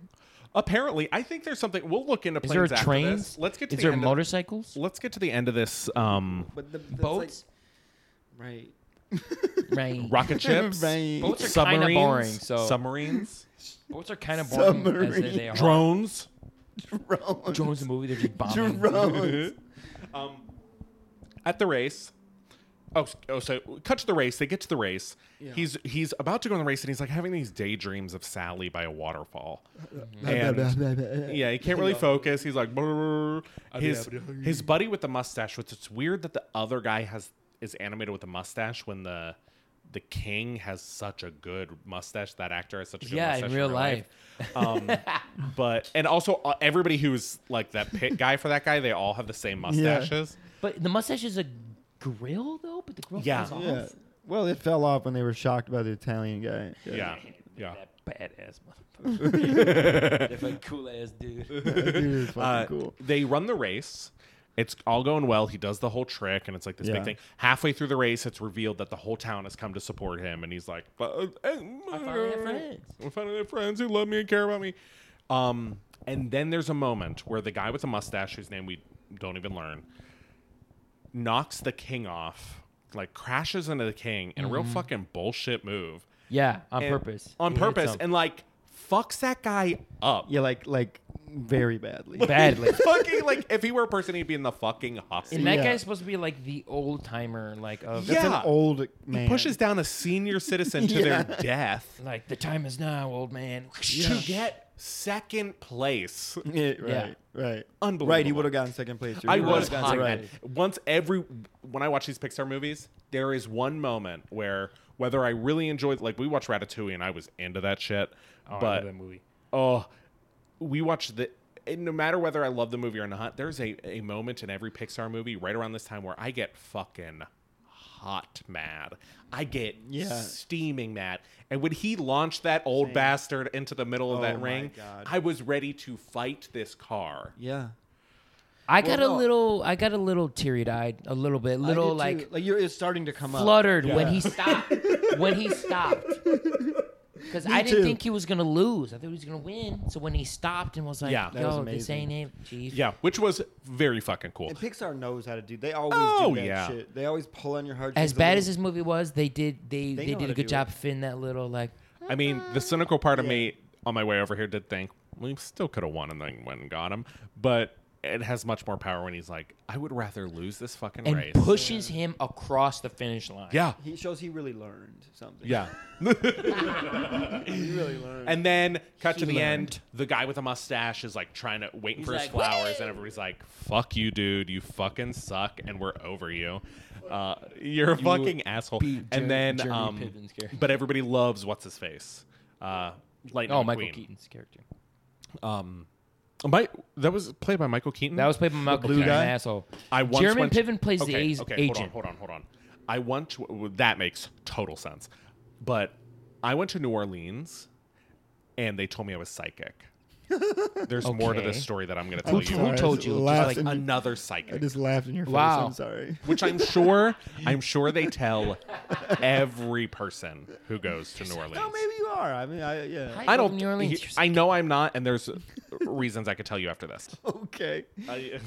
Speaker 3: Apparently, I think there's something we'll look into.
Speaker 5: Is
Speaker 3: planes
Speaker 5: there
Speaker 3: after
Speaker 5: trains?
Speaker 3: This. Let's get to
Speaker 5: Is
Speaker 3: the
Speaker 5: there
Speaker 3: end of-
Speaker 5: motorcycles?
Speaker 3: let's get to the end of this. Um,
Speaker 6: But the, that's
Speaker 5: Boats?
Speaker 6: like- right.
Speaker 5: right.
Speaker 3: rocket ships,
Speaker 6: Right.
Speaker 5: Boats are kinda
Speaker 3: submarines,
Speaker 5: boring, so-
Speaker 3: submarines,
Speaker 5: Boats are kind of boring as they, they are.
Speaker 3: drones.
Speaker 6: Drones.
Speaker 5: Drones in the movie. They're just bombing.
Speaker 6: Drones.
Speaker 3: at the race. Oh, s- oh, so cut to the race. They get to the race. He's he's about to go in the race, and he's like having these daydreams of Sally by a waterfall. And, yeah, he can't really focus. He's like "Brr." his his buddy with the mustache. Which it's weird that the other guy has is animated with a mustache when the the king has such a good mustache. That actor has such a good
Speaker 5: Yeah,
Speaker 3: mustache
Speaker 5: in real life.
Speaker 3: um, but and also uh, everybody who's like that pit guy for that guy, they all have the same mustaches.
Speaker 5: But the mustache is a grill though. But the grill
Speaker 3: Yeah.
Speaker 5: falls off.
Speaker 6: Yeah. Well, it fell off when they were shocked by the Italian guy.
Speaker 3: Yeah, yeah.
Speaker 5: That badass motherfucker. They're like cool ass dude.
Speaker 6: That dude is fucking
Speaker 3: Uh,
Speaker 6: cool.
Speaker 3: They run the race. It's all going well. He does the whole trick, and it's like this
Speaker 6: Yeah.
Speaker 3: big thing. Halfway through the race, it's revealed that the whole town has come to support him, and he's like, "I
Speaker 5: finally have friends."
Speaker 3: I finally have friends who love me and care about me." Um, and then there's a moment where the guy with the mustache, whose name we don't even learn, knocks the king off, like crashes into the king in a real fucking bullshit move
Speaker 5: Yeah, Mm-hmm. on
Speaker 3: And-
Speaker 5: purpose.
Speaker 3: on
Speaker 5: He hits
Speaker 3: purpose,
Speaker 5: him.
Speaker 3: and like fucks that guy up.
Speaker 6: Yeah, like like very badly.
Speaker 5: badly.
Speaker 3: fucking like if he were a person, he'd be in the fucking hospital.
Speaker 5: And that
Speaker 6: Yeah.
Speaker 5: guy's supposed to be like the old timer, like of
Speaker 3: Yeah.
Speaker 6: That's an old man.
Speaker 3: He pushes down a senior citizen to their death
Speaker 5: like the time is now, old man.
Speaker 3: to get second place.
Speaker 6: Yeah, right, right.
Speaker 3: Unbelievable.
Speaker 6: Right, he would have gotten second place. too.
Speaker 3: I
Speaker 6: He would've
Speaker 3: was
Speaker 6: gotten
Speaker 3: high,
Speaker 6: second
Speaker 3: man.
Speaker 6: place.
Speaker 3: Once every when I watch these Pixar movies, there is one moment where whether I really enjoyed, like we watched Ratatouille, and I was into that shit. but
Speaker 5: movie.
Speaker 3: oh, we watched the. and no matter whether I love the movie or not, there's a, a moment in every Pixar movie right around this time where I get fucking hot mad. I get
Speaker 6: Yeah.
Speaker 3: steaming mad. And when he launched that old bastard into the middle of
Speaker 6: Oh
Speaker 3: that
Speaker 6: my
Speaker 3: ring,
Speaker 6: God.
Speaker 3: I was ready to fight this car.
Speaker 6: Yeah.
Speaker 5: I got a
Speaker 6: no.
Speaker 5: little, I got a little teary eyed, a little bit,
Speaker 6: I did
Speaker 5: little
Speaker 6: too.
Speaker 5: like
Speaker 6: like you're it's starting to come up.
Speaker 5: fluttered when
Speaker 6: Yeah.
Speaker 5: he stopped. when he stopped, because I
Speaker 6: too.
Speaker 5: didn't think he was gonna lose. I thought he was gonna win. So when he stopped and was like,
Speaker 3: Yeah. That
Speaker 6: was
Speaker 5: "Yo, this
Speaker 6: amazing.
Speaker 5: ain't it, chief."
Speaker 3: Yeah, which was very fucking cool.
Speaker 6: And Pixar knows how to do. They always
Speaker 3: Oh,
Speaker 6: do that
Speaker 3: yeah.
Speaker 6: shit. They always pull on your heart.
Speaker 5: As bad as this movie was, they did they they,
Speaker 6: know how
Speaker 5: did
Speaker 6: to
Speaker 5: a good
Speaker 6: do
Speaker 5: job
Speaker 6: it.
Speaker 5: fitting that little like.
Speaker 3: I mean, the cynical part of me on my way over here did think we still could have won and then went and got him, but it has much more power when he's like, I would rather lose this fucking
Speaker 5: And
Speaker 3: race.
Speaker 5: pushes him across the finish line.
Speaker 3: yeah.
Speaker 6: he shows he really learned something.
Speaker 3: Yeah.
Speaker 6: he really learned.
Speaker 3: And then cut to
Speaker 5: He
Speaker 3: the
Speaker 5: learned.
Speaker 3: end. The guy with the mustache is like trying to waiting for his
Speaker 5: like,
Speaker 3: flowers, and everybody's like, "Fuck you, dude! You fucking suck, and we're over you. Uh, you're a fucking asshole."
Speaker 5: be Jer-
Speaker 3: and then,
Speaker 5: Jeremy
Speaker 3: um,
Speaker 5: Piven's character.
Speaker 3: but everybody loves what's his face, uh, Lightning
Speaker 5: Oh, Michael
Speaker 3: McQueen.
Speaker 5: Keaton's character.
Speaker 3: My, that was played by Michael Keaton.
Speaker 5: That was played by Michael
Speaker 6: blue
Speaker 5: Keaton,
Speaker 6: guy?
Speaker 5: an asshole.
Speaker 3: I once
Speaker 5: Jeremy
Speaker 3: went
Speaker 5: Piven plays the
Speaker 3: okay,
Speaker 5: A's
Speaker 3: okay,
Speaker 5: agent.
Speaker 3: Hold on, hold on, hold on. I went to, well, that makes total sense. But I went to New Orleans and they told me I was psychic. There's more to
Speaker 5: Okay.
Speaker 3: this story that I'm going to tell
Speaker 5: Who
Speaker 3: you.
Speaker 6: Sorry,
Speaker 5: told
Speaker 6: I
Speaker 5: you? Just
Speaker 6: laughed
Speaker 5: like-
Speaker 6: in-
Speaker 3: Another psychic,
Speaker 6: laughed in your face.
Speaker 5: Wow.
Speaker 6: sorry.
Speaker 3: which I'm sure, I'm sure they tell every person who goes to New Orleans.
Speaker 6: No, maybe you are. I mean, I yeah.
Speaker 5: I
Speaker 3: I
Speaker 5: live
Speaker 3: don't.
Speaker 5: in New Orleans.
Speaker 3: he-
Speaker 5: You're
Speaker 3: I know I'm not, and there's reasons I could tell you after this.
Speaker 6: Okay.
Speaker 3: I,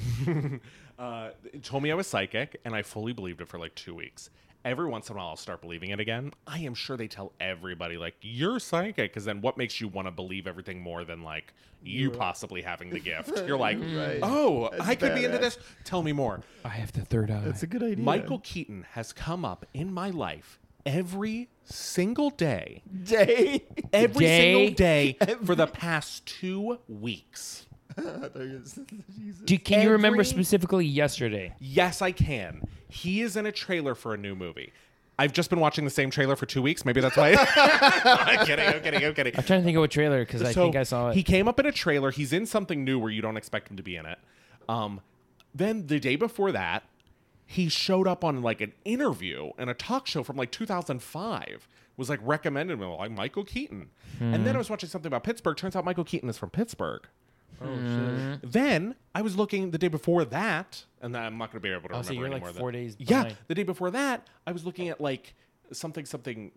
Speaker 3: uh, it told me I was psychic, and I fully believed it for like two weeks. Every once in a while, I'll start believing it again. I am sure they tell everybody, like, you're psychic, because then what makes you want to believe everything more than, like, you possibly having the gift? You're like, oh, I could be into
Speaker 6: badass.
Speaker 3: this. Tell me more.
Speaker 5: I have the third eye.
Speaker 6: That's a good idea.
Speaker 3: Michael Keaton has come up in my life every single day,
Speaker 6: Day.
Speaker 3: every
Speaker 5: Day?
Speaker 3: single day for the past two weeks.
Speaker 5: Do, can you remember
Speaker 3: Every-
Speaker 5: specifically yesterday?
Speaker 3: Yes, I can. He is in a trailer for a new movie. I've just been watching the same trailer for two weeks. Maybe that's why. I'm kidding. I'm kidding. I'm kidding.
Speaker 5: I'm trying to think of what trailer because I
Speaker 3: So,
Speaker 5: think I saw it.
Speaker 3: He came up in a trailer. He's in something new where you don't expect him to be in it. Um, then the day before that, he showed up on like an interview and a talk show from like 2005. Was like recommended him like Michael Keaton. And
Speaker 5: Hmm.
Speaker 3: then I was watching something about Pittsburgh. Turns out Michael Keaton is from Pittsburgh. Oh shit. Then I was looking the day before that, and I'm not going to be able to
Speaker 5: oh,
Speaker 3: remember
Speaker 5: so you're
Speaker 3: anymore.
Speaker 5: like
Speaker 3: that-
Speaker 5: four days.
Speaker 3: yeah,
Speaker 5: behind.
Speaker 3: the day before that, I was looking at like something something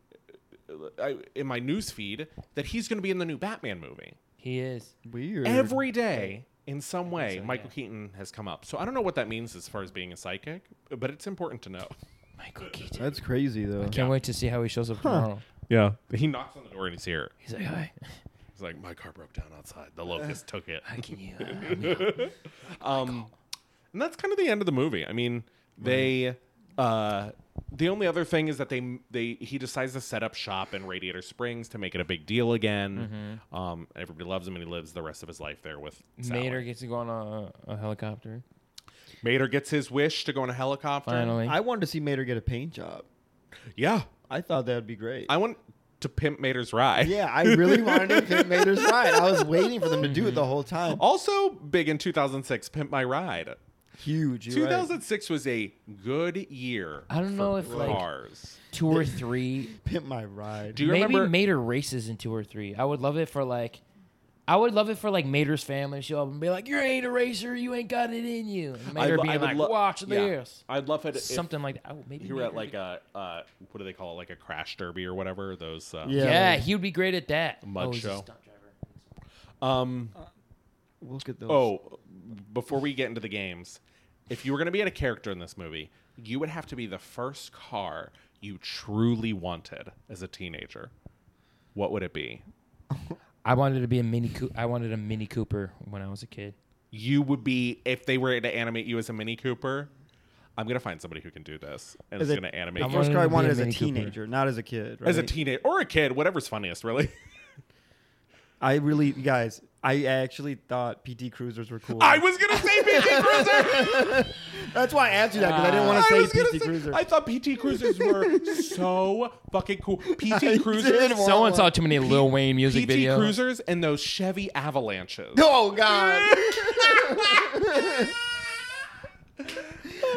Speaker 3: uh, I, in my news feed that he's going to be in the new Batman movie.
Speaker 5: he is.
Speaker 6: Weird.
Speaker 3: Every day, in some way,
Speaker 5: so,
Speaker 3: Michael
Speaker 5: yeah.
Speaker 3: Keaton has come up. So I don't know what that means as far as being a psychic, but it's important to know.
Speaker 5: Michael Keaton.
Speaker 6: That's crazy though.
Speaker 5: Can't wait to see how he shows up tomorrow.
Speaker 3: Yeah, he knocks on the door and he's here.
Speaker 5: He's like, hi.
Speaker 3: He's like, "My car broke down outside. The locust took it."
Speaker 5: Can you?
Speaker 3: Um, and that's kind of the end of the movie. I mean, they. Uh, the only other thing is that they they he decides to set up shop in Radiator Springs to make it a big deal again.
Speaker 5: Mm-hmm.
Speaker 3: Um, everybody loves him, and he lives the rest of his life there with Sally.
Speaker 5: Mater gets to go on a, a helicopter.
Speaker 3: Mater gets his wish to go in a helicopter.
Speaker 5: Finally.
Speaker 6: I wanted to see Mater get a paint job.
Speaker 3: yeah.
Speaker 6: I thought that'd be great.
Speaker 3: I want to pimp Mater's ride.
Speaker 6: yeah, I really wanted to pimp Mater's ride. I was waiting for them to do it the whole time.
Speaker 3: Also big in 2006, pimp my ride.
Speaker 6: Huge. you're right.
Speaker 3: 2006 was a good year.
Speaker 5: I don't know
Speaker 3: for
Speaker 5: if, like-
Speaker 3: cars.
Speaker 5: Two or three.
Speaker 6: Pimp my ride.
Speaker 3: Do you
Speaker 5: Maybe
Speaker 3: remember?
Speaker 5: Mater races in two or three. I would love it for like. I would love it for like Mater's family to show up and be like, "You ain't a racer. You ain't got it in you." And Mater
Speaker 3: lo-
Speaker 5: being
Speaker 3: would
Speaker 5: like,
Speaker 3: lo-
Speaker 5: "Watch
Speaker 3: yeah.
Speaker 5: this."
Speaker 3: I'd love it. Something.
Speaker 5: Something like that. Oh, maybe
Speaker 3: you were at
Speaker 5: Mater
Speaker 3: like
Speaker 5: could-
Speaker 3: a uh, what do they call it like a crash derby or whatever those uh,
Speaker 6: Yeah.
Speaker 5: yeah,
Speaker 6: like-
Speaker 5: he would be great at that. Oh,
Speaker 3: Mud
Speaker 5: he's a
Speaker 3: show.
Speaker 5: stunt driver.
Speaker 3: um
Speaker 6: Look at those.
Speaker 3: oh before we get into the games if you were going to be at a character in this movie you would have to be the first car you truly wanted as a teenager what would it be
Speaker 5: I wanted to be a mini. Coo- I wanted a Mini Cooper when I was a kid.
Speaker 3: you would be if they were to animate you as a mini cooper i'm going to find somebody who can do this and
Speaker 6: As
Speaker 3: is
Speaker 6: a-
Speaker 3: going to animate
Speaker 5: I
Speaker 6: The
Speaker 3: you
Speaker 5: wanted
Speaker 6: first
Speaker 5: to
Speaker 6: car I
Speaker 5: be
Speaker 6: wanted
Speaker 5: a
Speaker 6: as a
Speaker 5: Mini Cooper.
Speaker 6: teenager, not as a kid. Right?
Speaker 3: as a teenager or a kid whatever's funniest really
Speaker 6: I really, guys, I actually thought PT Cruisers were cool.
Speaker 3: i was going to say pt cruiser
Speaker 6: That's why I answered that because I
Speaker 3: I
Speaker 6: didn't want
Speaker 3: was
Speaker 6: to say
Speaker 3: gonna say,
Speaker 6: PT Cruiser.
Speaker 3: I thought PT Cruisers were so fucking cool. PT Cruisers,
Speaker 6: did want-
Speaker 5: Someone saw too many Lil Wayne music
Speaker 3: PT
Speaker 5: videos.
Speaker 3: Cruisers, and those Chevy Avalanches.
Speaker 6: oh God.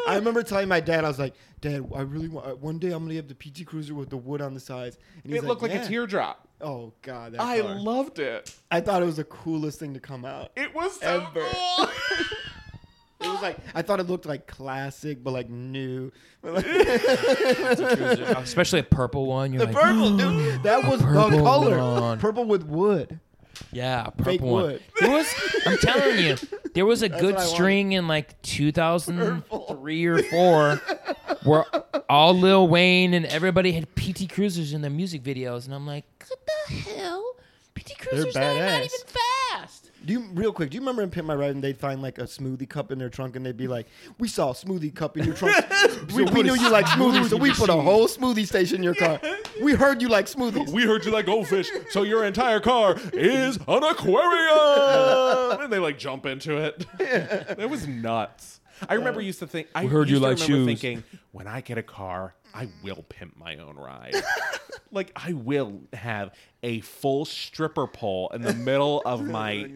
Speaker 6: I remember telling my dad, I was like, "Dad, I really want. One day I'm gonna have the PT Cruiser with the wood on the sides." And
Speaker 3: it looked like
Speaker 6: "Yeah."
Speaker 3: a teardrop.
Speaker 6: Oh God, that
Speaker 3: I
Speaker 6: car.
Speaker 3: loved it.
Speaker 6: I thought it was the coolest thing to come out.
Speaker 3: It was so
Speaker 6: Ever.
Speaker 3: cool.
Speaker 6: It was like I thought it looked like classic, but like new.
Speaker 5: especially a purple one. You're
Speaker 6: The
Speaker 5: like,
Speaker 6: purple, dude. That was the
Speaker 5: Purple
Speaker 6: color.
Speaker 5: one.
Speaker 6: Purple with wood.
Speaker 5: yeah, a purple
Speaker 6: Fake
Speaker 5: one.
Speaker 6: wood.
Speaker 5: There was, I'm telling you, there was a good
Speaker 6: what I wanted.
Speaker 5: string in like 2003 or four, where all Lil Wayne and everybody had PT Cruisers in their music videos, and I'm like, what the hell? PT Cruisers are
Speaker 6: badass.
Speaker 5: not even fast.
Speaker 6: Do you real quick? Do you remember in Pimp My Ride and they'd find like a smoothie cup in their trunk and they'd be like, "We saw a smoothie cup in your trunk. we we knew you like smoothies, so we put a whole smoothie station in your car. We heard you like smoothies.
Speaker 3: we heard you like goldfish, so your entire car is an aquarium. and they like jump into it. That was nuts. I remember used to think. I
Speaker 5: heard you
Speaker 3: used to
Speaker 5: like
Speaker 3: remember
Speaker 5: shoes.
Speaker 3: Thinking when I get a car, I will pimp my own ride. like I will have a full stripper pole in the middle of my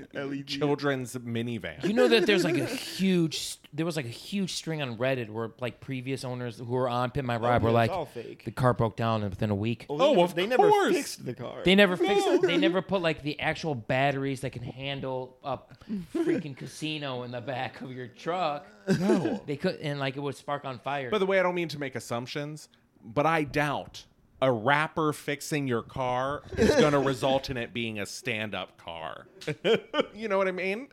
Speaker 3: children's minivan.
Speaker 5: E You know that there's like a huge, there was like a huge string on Reddit where like previous owners who were on Pit My Ride were
Speaker 6: Oh, it's
Speaker 5: like,
Speaker 6: all fake.
Speaker 5: the car broke down and within a week.
Speaker 6: they
Speaker 3: Oh,
Speaker 6: never,
Speaker 3: of
Speaker 6: they never
Speaker 3: course.
Speaker 6: fixed the car.
Speaker 5: They never fixed. They never put like the actual batteries that can handle a freaking casino in the back of your truck.
Speaker 3: No.
Speaker 5: They could, and like it would spark on fire.
Speaker 3: By the way, I don't mean to make assumptions, but I doubt a rapper fixing your car is going to result in it being a stand up car. you know what I mean?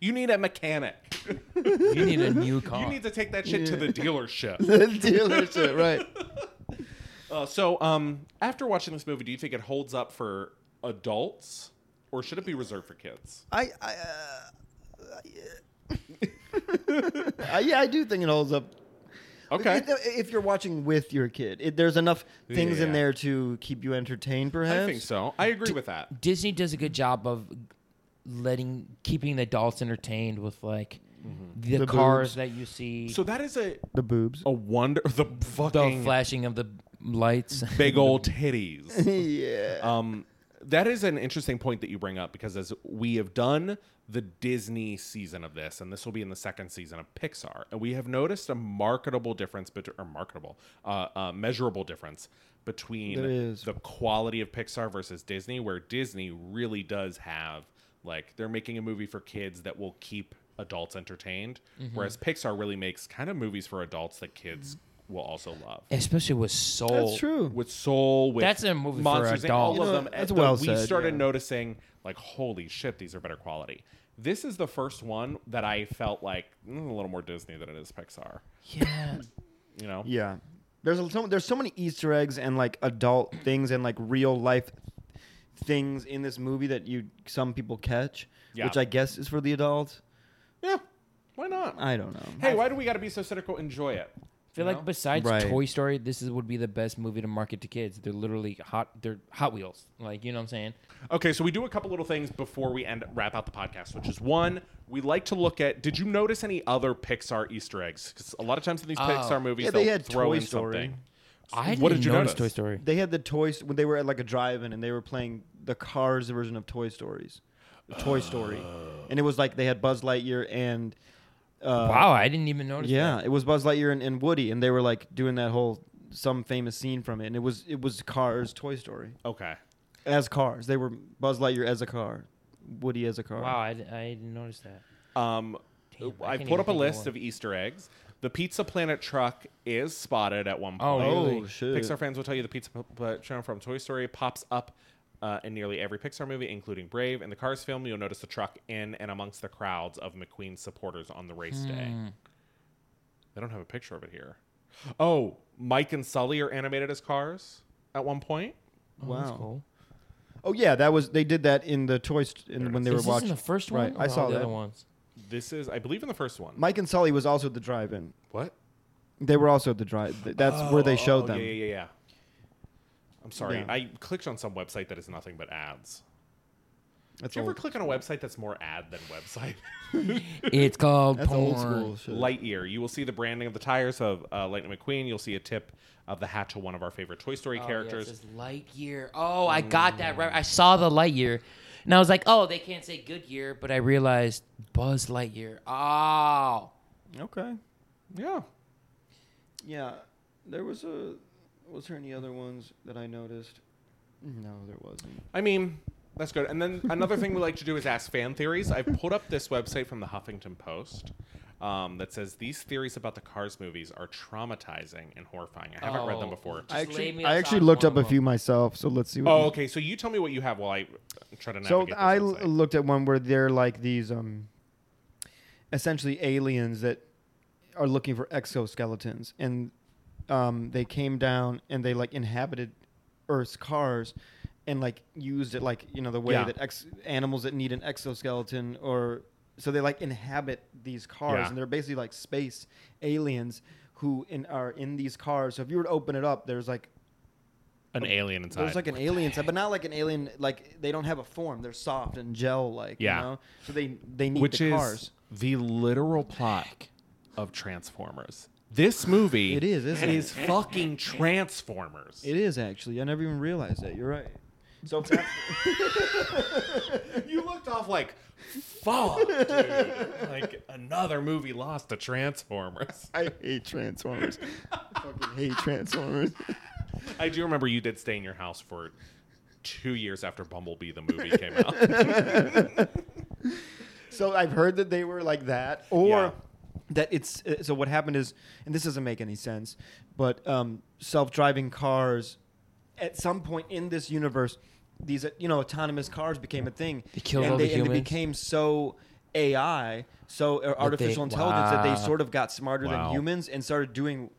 Speaker 3: You need a mechanic.
Speaker 5: you need a new car.
Speaker 3: You need to take that shit to the dealership.
Speaker 6: The dealership, right?
Speaker 3: Uh, so, um, after watching this movie, do you think it holds up for adults or should it be reserved for kids?
Speaker 6: I, I, uh, yeah. I- yeah, I do think it holds up.
Speaker 3: Okay.
Speaker 6: If- If you're watching with your kid, it, there's enough things
Speaker 3: Yeah.
Speaker 6: in there to keep you entertained, perhaps.
Speaker 3: I think so. I agree with that.
Speaker 5: Disney does a good job of letting keeping the adults entertained with like the,
Speaker 6: The
Speaker 5: cars
Speaker 6: boobs.
Speaker 5: that you see,
Speaker 3: Mm-hmm. So, that is a,
Speaker 6: The boobs.
Speaker 3: a wonder. The
Speaker 5: the
Speaker 3: fucking.
Speaker 5: flashing of the lights.
Speaker 3: big old titties.
Speaker 6: yeah.
Speaker 3: Um, that is an interesting point that you bring up because as we have done the Disney season of this, and this will be in the second season of Pixar, and we have noticed a marketable difference, bet- or marketable, uh, uh, measurable difference between
Speaker 6: There is.
Speaker 3: the quality of Pixar versus Disney, where Disney really does have like they're making a movie for kids that will keep adults entertained,
Speaker 6: Mm-hmm.
Speaker 3: whereas Pixar really makes kind of movies for adults that kids
Speaker 6: Mm-hmm.
Speaker 3: will also love
Speaker 5: Especially with soul.
Speaker 6: That's true.
Speaker 3: with Soul, with
Speaker 5: That's a movie for
Speaker 3: Monsters, Inc., all
Speaker 5: adults.
Speaker 3: of
Speaker 6: You know,
Speaker 3: them.
Speaker 6: that's
Speaker 3: uh,
Speaker 6: well
Speaker 3: we
Speaker 6: said,
Speaker 3: started
Speaker 6: yeah.
Speaker 3: noticing, like, holy shit, these are better quality. This is the first one that I felt like mm, a little more Disney than it is Pixar.
Speaker 5: Yeah.
Speaker 3: You know,
Speaker 6: Yeah. There's so there's so many Easter eggs and like adult things and like real life things in this movie that you some people catch,
Speaker 3: Yeah.
Speaker 6: which I guess is for the adults.
Speaker 3: yeah, why not?
Speaker 6: I don't know.
Speaker 3: hey, why do we got to be so cynical? Enjoy it.
Speaker 5: I feel like besides
Speaker 6: Right.
Speaker 5: Toy Story, this is, would be the best movie to market to kids. They're literally hot. They're Hot Wheels. Like you know what I'm saying?
Speaker 3: Okay, so we do a couple little things before we end wrap out the podcast, which is one, we like to look at. Did you notice any other Pixar Easter eggs? Because a lot of times in these Pixar movies,
Speaker 6: Yeah, they
Speaker 3: they'll
Speaker 6: had
Speaker 3: throw
Speaker 6: Toy
Speaker 3: in
Speaker 6: Story.
Speaker 3: something.
Speaker 5: Oh. I didn't
Speaker 3: What
Speaker 5: even
Speaker 3: did you
Speaker 5: notice
Speaker 3: notice?
Speaker 5: Toy Story.
Speaker 6: They had the toys when they were at like a drive-in and they were playing the Cars version of Toy Stories, Toy Story, and it was like they had Buzz Lightyear and uh,
Speaker 5: wow, I didn't even notice.
Speaker 6: yeah,
Speaker 5: that.
Speaker 6: it was Buzz Lightyear and, and Woody, and they were like doing that whole some famous scene from it, and it was it was Cars Toy Story
Speaker 3: Okay,
Speaker 6: as cars. They were Buzz Lightyear as a car, Woody as a car.
Speaker 5: Wow, I, d- I didn't notice that.
Speaker 3: Um,
Speaker 5: Damn, I
Speaker 3: I,
Speaker 5: can't
Speaker 3: pulled up
Speaker 5: even
Speaker 3: a
Speaker 5: think of
Speaker 3: list
Speaker 5: one.
Speaker 3: of Easter eggs. The Pizza Planet truck is spotted at one
Speaker 5: Oh,
Speaker 3: point.
Speaker 5: really?
Speaker 6: Oh, shit.
Speaker 3: Pixar fans will tell you the Pizza P- Planet truck from Toy Story pops up uh, in nearly every Pixar movie, including Brave. In the Cars film, you'll notice the truck in and amongst the crowds of McQueen supporters on the race day. They don't have a picture of it here. Oh, Mike and Sully are animated as cars at one point.
Speaker 6: wow.
Speaker 5: Oh, That's cool.
Speaker 6: Oh yeah, that was they did that in the Toy St- in, when they
Speaker 5: Is
Speaker 6: were
Speaker 5: this
Speaker 6: watching
Speaker 5: in the first one.
Speaker 6: Right, I
Speaker 5: or
Speaker 6: saw
Speaker 5: all the
Speaker 6: that.
Speaker 5: other ones.
Speaker 3: This is, I believe, in the first one.
Speaker 6: Mike and Sully was also at the drive-in.
Speaker 3: what?
Speaker 6: They were also at the drive. th- That's where they showed
Speaker 3: oh,
Speaker 6: them.
Speaker 3: Yeah, yeah, yeah. yeah. I'm sorry.
Speaker 6: Yeah.
Speaker 3: I clicked on some website that is nothing but ads.
Speaker 6: That's
Speaker 3: Do you ever
Speaker 6: old-
Speaker 3: click on a website that's more ad than website?
Speaker 5: It's called
Speaker 6: that's
Speaker 5: porn.
Speaker 6: old school
Speaker 5: Oh,
Speaker 6: shit.
Speaker 3: Lightyear. You will see the branding of the tires of uh, Lightning McQueen. You'll see a tip of the hat to one of our favorite Toy
Speaker 5: Oh,
Speaker 3: Story characters.
Speaker 5: Lightyear. Oh, I got that right. I saw the Lightyear, and I was like, oh, they can't say Goodyear, but I realized Buzz Lightyear. Oh,
Speaker 6: okay.
Speaker 3: Yeah.
Speaker 6: Yeah, there was a. Was there any other ones that I noticed? No, there wasn't.
Speaker 3: I mean, that's good. And then another thing we like to do is ask fan theories. I've pulled up this website from the Huffington Post um, that says these theories about the Cars movies are traumatizing and horrifying. I haven't read them
Speaker 5: Oh.
Speaker 3: before.
Speaker 5: Just
Speaker 6: I
Speaker 5: lay
Speaker 6: actually,
Speaker 5: me
Speaker 6: I
Speaker 5: aside
Speaker 6: actually
Speaker 5: with
Speaker 6: looked
Speaker 5: one
Speaker 6: up a
Speaker 5: of
Speaker 6: few myself, so let's see. What
Speaker 3: Oh, okay. So you tell me what you have while I try to
Speaker 6: So
Speaker 3: navigate.
Speaker 6: I
Speaker 3: this
Speaker 6: l-
Speaker 3: website.
Speaker 6: looked at one where they're like these, um, essentially aliens that are looking for exoskeletons, and um, they came down and they like inhabited Earth's cars, and like used it like you know the way
Speaker 3: Yeah.
Speaker 6: that ex- animals that need an exoskeleton or so they like inhabit these cars,
Speaker 3: Yeah.
Speaker 6: and they're basically like space aliens who in, are in these cars. So if you were to open it up, there's like
Speaker 3: an alien inside.
Speaker 6: There's like an alien type, but not like an alien. Like they don't have a form. They're soft and gel like.
Speaker 3: Yeah.
Speaker 6: You know? So they they need
Speaker 3: which
Speaker 6: the
Speaker 3: is
Speaker 6: cars.
Speaker 3: the literal plot of Transformers. This movie
Speaker 6: It is, isn't it?
Speaker 3: is fucking Transformers.
Speaker 6: It is actually. I never even realized that. You're right. So if that's-
Speaker 3: You looked off like fuck, dude. like another movie lost to Transformers.
Speaker 6: I hate Transformers. I fucking hate Transformers.
Speaker 3: I do remember you did stay in your house for two years after Bumblebee the movie came out.
Speaker 6: So I've heard that they were like that, or
Speaker 3: Yeah.
Speaker 6: that it's uh, so. What happened is, and this doesn't make any sense, but um, self-driving cars at some point in this universe, these uh, you know autonomous cars became a thing,
Speaker 5: They killed
Speaker 6: and
Speaker 5: all
Speaker 6: they,
Speaker 5: the
Speaker 6: and they
Speaker 5: humans?
Speaker 6: became so AI, so uh, artificial intelligence that
Speaker 5: wow.
Speaker 6: they sort of got smarter
Speaker 3: Wow.
Speaker 6: than humans and started doing.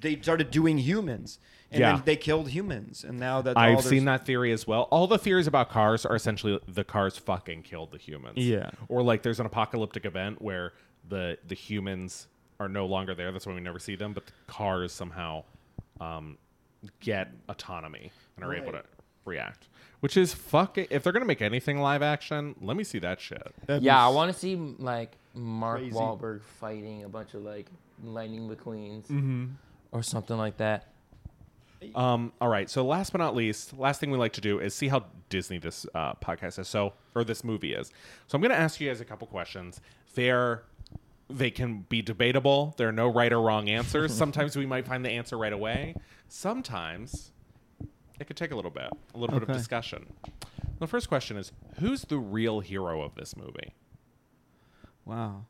Speaker 6: They started doing humans, and
Speaker 3: Yeah.
Speaker 6: then they killed humans, and now that all
Speaker 3: I've
Speaker 6: there's-
Speaker 3: seen that theory as well. All the theories about cars are essentially the cars fucking killed the humans.
Speaker 6: Yeah.
Speaker 3: Or like there's an apocalyptic event where the the humans are no longer there. That's why we never see them. But the cars somehow um, get autonomy and are able to
Speaker 6: Right.
Speaker 3: react. Which is fucking. If they're gonna make anything live action, let me see that shit.
Speaker 6: That'd be
Speaker 5: Yeah, I
Speaker 6: s-
Speaker 5: want to see like Mark
Speaker 6: Crazy.
Speaker 5: Wahlberg
Speaker 3: Mm-hmm.
Speaker 5: fighting a bunch of like Lightning McQueens or something like that.
Speaker 3: Um, all right. So last but not least, last thing we like to do is see how Disney this uh, podcast is. So or this movie is. So I'm going to ask you guys a couple questions. They're they can be debatable. There are no right or wrong answers. Sometimes we might find the answer right away. Sometimes it could take a little bit, a little bit of
Speaker 6: Okay.
Speaker 3: discussion. The first question is, who's the real hero of this movie?
Speaker 6: Wow.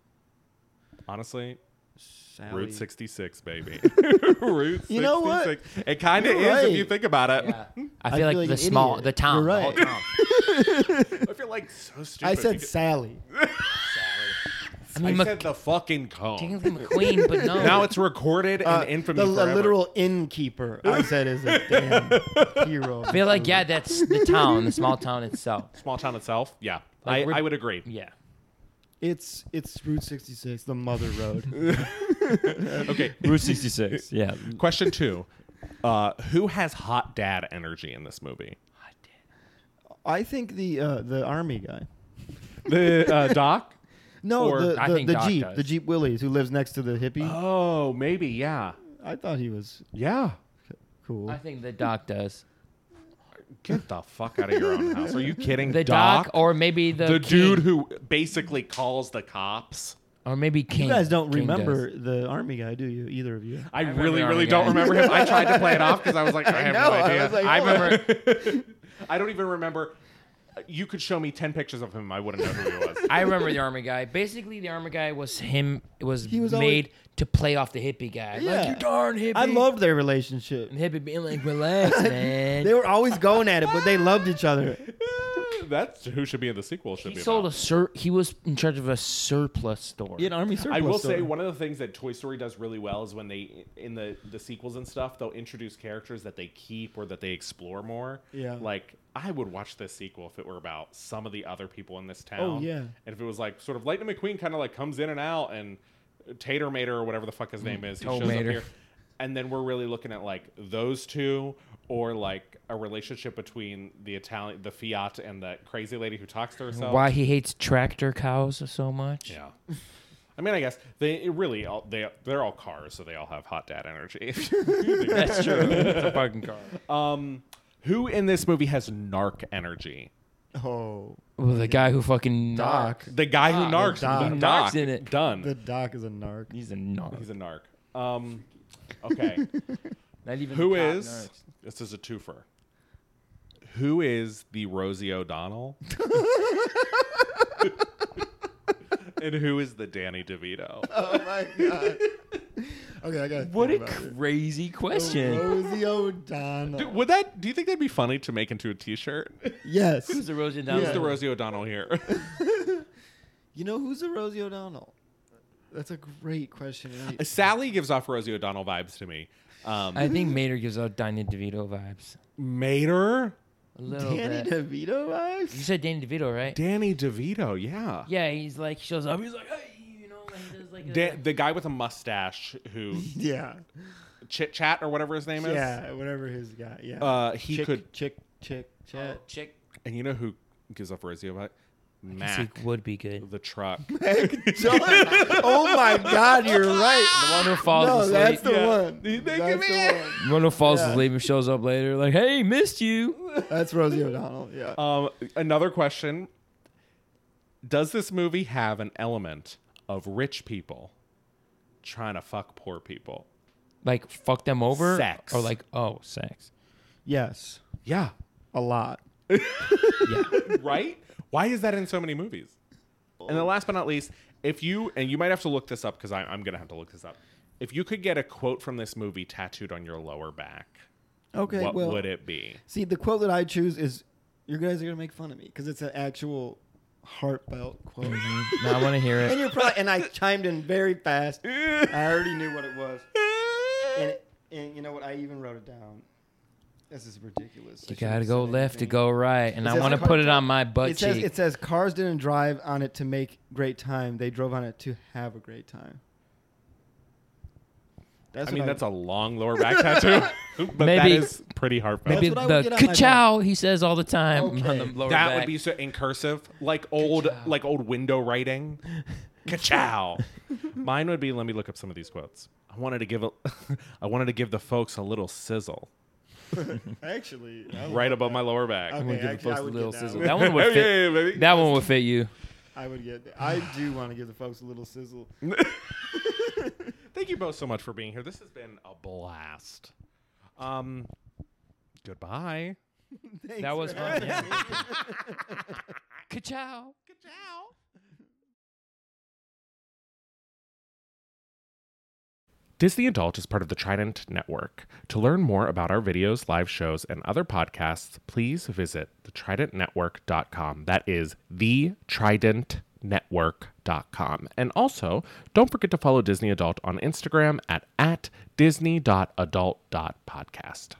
Speaker 3: Honestly,
Speaker 6: Sally.
Speaker 3: Route 66, baby. Route 66.
Speaker 6: You know what?
Speaker 3: It kind of
Speaker 6: You're
Speaker 3: is
Speaker 6: right.
Speaker 3: if you think about it.
Speaker 5: Yeah. I
Speaker 6: I
Speaker 5: feel like
Speaker 6: feel like
Speaker 5: the
Speaker 6: an
Speaker 5: small,
Speaker 6: idiot.
Speaker 5: the town,
Speaker 6: You're
Speaker 5: the whole
Speaker 6: right.
Speaker 5: town.
Speaker 3: I feel like so stupid.
Speaker 6: I
Speaker 3: You
Speaker 6: said
Speaker 3: could-
Speaker 6: Sally.
Speaker 3: I
Speaker 5: I mean, Mc-
Speaker 3: said the fucking cone.
Speaker 5: technically McQueen, but no.
Speaker 3: Now it's recorded
Speaker 6: Uh,
Speaker 3: and infamy
Speaker 6: the, the
Speaker 3: forever.
Speaker 6: literal innkeeper. I said is a damn hero.
Speaker 5: I feel like yeah, that's the town, the small town itself.
Speaker 3: Small town itself. Yeah,
Speaker 5: Like,
Speaker 3: I,
Speaker 5: we're-
Speaker 3: I would agree.
Speaker 5: Yeah.
Speaker 6: It's it's Route 66, the mother road.
Speaker 3: Okay.
Speaker 4: Route 66. Yeah.
Speaker 3: Question two: uh, Who has hot dad energy in this movie?
Speaker 6: I think the uh, the army guy.
Speaker 3: The uh, doc.
Speaker 6: No,
Speaker 3: Or-
Speaker 6: the,
Speaker 5: I
Speaker 6: the,
Speaker 5: think
Speaker 6: the
Speaker 5: Doc
Speaker 6: Jeep,
Speaker 5: does.
Speaker 6: the Jeep Willies, who lives next to the hippie.
Speaker 3: Oh, maybe. Yeah.
Speaker 6: I thought he was
Speaker 3: Yeah.
Speaker 6: cool.
Speaker 5: I think the doc does.
Speaker 3: Get the fuck out of your own house. Are you kidding?
Speaker 5: The doc, or maybe the
Speaker 3: the dude
Speaker 5: king.
Speaker 3: who basically calls the cops.
Speaker 5: or maybe King.
Speaker 6: you guys don't
Speaker 5: King does.
Speaker 6: remember the army guy, do you? Either of you?
Speaker 3: I,
Speaker 5: remember
Speaker 3: really,
Speaker 5: the
Speaker 3: really
Speaker 5: army
Speaker 3: don't
Speaker 5: guy.
Speaker 3: remember him. I tried to play it off because I was like, I have
Speaker 6: know,
Speaker 3: no
Speaker 6: I
Speaker 3: idea. I,
Speaker 6: was like, hold on.
Speaker 3: remember. I don't even remember. You could show me ten pictures of him. I wouldn't know who he was.
Speaker 5: I remember the armor guy. Basically, the armor guy was him. It was,
Speaker 6: He was
Speaker 5: made
Speaker 6: always-
Speaker 5: to play off the hippie guy. Like
Speaker 6: Yeah.
Speaker 5: you darn hippie.
Speaker 6: I loved their relationship.
Speaker 5: And hippie being like, relax, man.
Speaker 6: They were always going at it, but they loved each other.
Speaker 3: That's who should be in the sequel. Should
Speaker 5: he
Speaker 3: be
Speaker 5: sold
Speaker 3: about.
Speaker 5: a sur. He was in charge of a surplus store.
Speaker 6: He had army surplus.
Speaker 3: I will
Speaker 6: store.
Speaker 3: say one of the things that Toy Story does really well is when they in the the sequels and stuff they'll introduce characters that they keep or that they explore more.
Speaker 6: Yeah.
Speaker 3: Like I would watch this sequel if it were about some of the other people in this town.
Speaker 6: Oh, yeah.
Speaker 3: And if it was like sort of Lightning McQueen kind of like comes in and out and Tater Mater or whatever the fuck his
Speaker 6: Mm,
Speaker 3: name is, he shows up
Speaker 5: Tomater.
Speaker 3: here. And then we're really looking at like those two or like a relationship between the Italian the Fiat and the crazy lady who talks to herself.
Speaker 5: Why he hates tractor cows so much?
Speaker 3: Yeah. I mean, I guess they it really all they they're all cars, so they all have hot dad energy.
Speaker 5: That's true. it's a fucking car.
Speaker 3: um, who in this movie has narc energy?
Speaker 6: Oh,
Speaker 5: Well, the guy who fucking
Speaker 6: Doc.
Speaker 5: knocked.
Speaker 3: The guy who
Speaker 5: Ah,
Speaker 3: narcs,
Speaker 6: Doc.
Speaker 3: the
Speaker 5: Narcs
Speaker 3: doc,
Speaker 5: in it.
Speaker 3: Done.
Speaker 6: the doc is a narc.
Speaker 5: He's a knock.
Speaker 3: He's a narc. Um, okay.
Speaker 5: Not even
Speaker 3: who
Speaker 5: the cop
Speaker 3: is
Speaker 5: knows.
Speaker 3: this is a twofer? Who is the Rosie O'Donnell? and who is the Danny DeVito?
Speaker 6: Oh my god. Okay, I got.
Speaker 5: What a crazy question.
Speaker 6: Rosie O'Donnell.
Speaker 3: Do- would that? Do you think that'd be funny to make into a T-shirt?
Speaker 6: yes.
Speaker 5: Who's the Rosie O'Donnell?
Speaker 3: Who's the Rosie O'Donnell here?
Speaker 6: you know who's a Rosie O'Donnell? That's a great question. Wait,
Speaker 3: Sally gives off Rosie O'Donnell vibes to me. Um,
Speaker 5: I think Mater gives out Danny DeVito vibes.
Speaker 3: Mater,
Speaker 5: A little
Speaker 6: Danny
Speaker 5: bit.
Speaker 6: DeVito
Speaker 5: You
Speaker 6: vibes.
Speaker 5: said Danny DeVito, right?
Speaker 3: Danny DeVito, yeah.
Speaker 5: yeah, he's like, shows up. He's like, hey, you know, like, he does like a,
Speaker 3: Da- the guy with a mustache who
Speaker 6: Yeah.
Speaker 3: chit chat or whatever his name is.
Speaker 6: Yeah. Whatever his guy. Yeah.
Speaker 3: Uh, he
Speaker 6: chick,
Speaker 3: could,
Speaker 6: chick chick chat.
Speaker 5: chick.
Speaker 3: and you know who gives off Rosie O'Donnell?
Speaker 5: He
Speaker 3: Mac,
Speaker 5: would be good.
Speaker 3: the truck.
Speaker 6: oh my God, you're right.
Speaker 5: The one who falls
Speaker 6: no,
Speaker 5: asleep.
Speaker 6: Oh, that's the
Speaker 3: Yeah.
Speaker 6: one.
Speaker 3: You think of
Speaker 6: That's
Speaker 3: it?
Speaker 6: the one.
Speaker 5: The one who falls
Speaker 6: Yeah.
Speaker 5: asleep and shows up later, like, hey, missed you.
Speaker 6: That's Rosie O'Donnell. Yeah.
Speaker 3: um, another question: Does this movie have an element of rich people trying to fuck poor people?
Speaker 5: Like, fuck them over?
Speaker 3: Sex.
Speaker 5: Or like, oh, sex.
Speaker 6: yes.
Speaker 3: Yeah,
Speaker 6: A lot.
Speaker 3: right? Why is that in so many movies? And then last but not least, if you and you might have to look this up because I'm gonna have to look this up. If you could get a quote from this movie tattooed on your lower back,
Speaker 6: Okay.
Speaker 3: what
Speaker 6: well,
Speaker 3: would it be?
Speaker 6: see, the quote that I choose is, "You guys are gonna make fun of me because it's an actual heartfelt quote."
Speaker 3: Mm-hmm.
Speaker 5: Now I want to hear
Speaker 6: and
Speaker 5: it.
Speaker 6: you're probably and I chimed in very fast. I already knew what it was, and and you know what? I even wrote it down. This is ridiculous. I
Speaker 5: You
Speaker 6: shouldn't
Speaker 5: gotta
Speaker 6: have
Speaker 5: go
Speaker 6: said
Speaker 5: left to
Speaker 6: anything.
Speaker 5: go right, and
Speaker 6: It
Speaker 5: I
Speaker 6: says
Speaker 5: want to
Speaker 6: car-
Speaker 5: put it on my butt
Speaker 6: It
Speaker 5: cheek.
Speaker 6: says, it says cars didn't drive on it to make great time. They drove on it to have a great time. That's
Speaker 3: I
Speaker 6: what
Speaker 3: mean, that's a long lower back tattoo, but that
Speaker 5: Maybe-
Speaker 3: is pretty heartfelt.
Speaker 5: Maybe
Speaker 6: That's what I would
Speaker 5: the
Speaker 6: get on my
Speaker 5: ka-chow he says all the time on
Speaker 6: Okay.
Speaker 5: the lower
Speaker 3: that
Speaker 5: back.
Speaker 3: would be so in cursive, like old, like old window writing. Ka-chow. Mine would be. Let me look up some of these quotes. I wanted to give a, I wanted to give the folks a little sizzle.
Speaker 6: Actually, I
Speaker 3: right above my lower back.
Speaker 6: Okay.
Speaker 5: I'm gonna give
Speaker 6: actually,
Speaker 5: a
Speaker 6: I
Speaker 5: folks a
Speaker 6: would
Speaker 5: little
Speaker 6: get that
Speaker 5: sizzle.
Speaker 6: one.
Speaker 5: That one would
Speaker 3: Hey,
Speaker 5: fit.
Speaker 3: hey, baby.
Speaker 5: That one would fit you.
Speaker 6: I would get. I do want to give the folks a little sizzle.
Speaker 3: Thank you both so much for being here. This has been a blast. Um, goodbye.
Speaker 6: Thanks
Speaker 5: That was
Speaker 6: for
Speaker 5: fun. Yeah. Ka-chow.
Speaker 3: Disney Adult is part of the Trident Network. To learn more about our videos, live shows, and other podcasts, please visit thetridentnetwork.com. That is thetridentnetwork.com. And also, don't forget to follow Disney Adult on Instagram at, at disney.adult.podcast.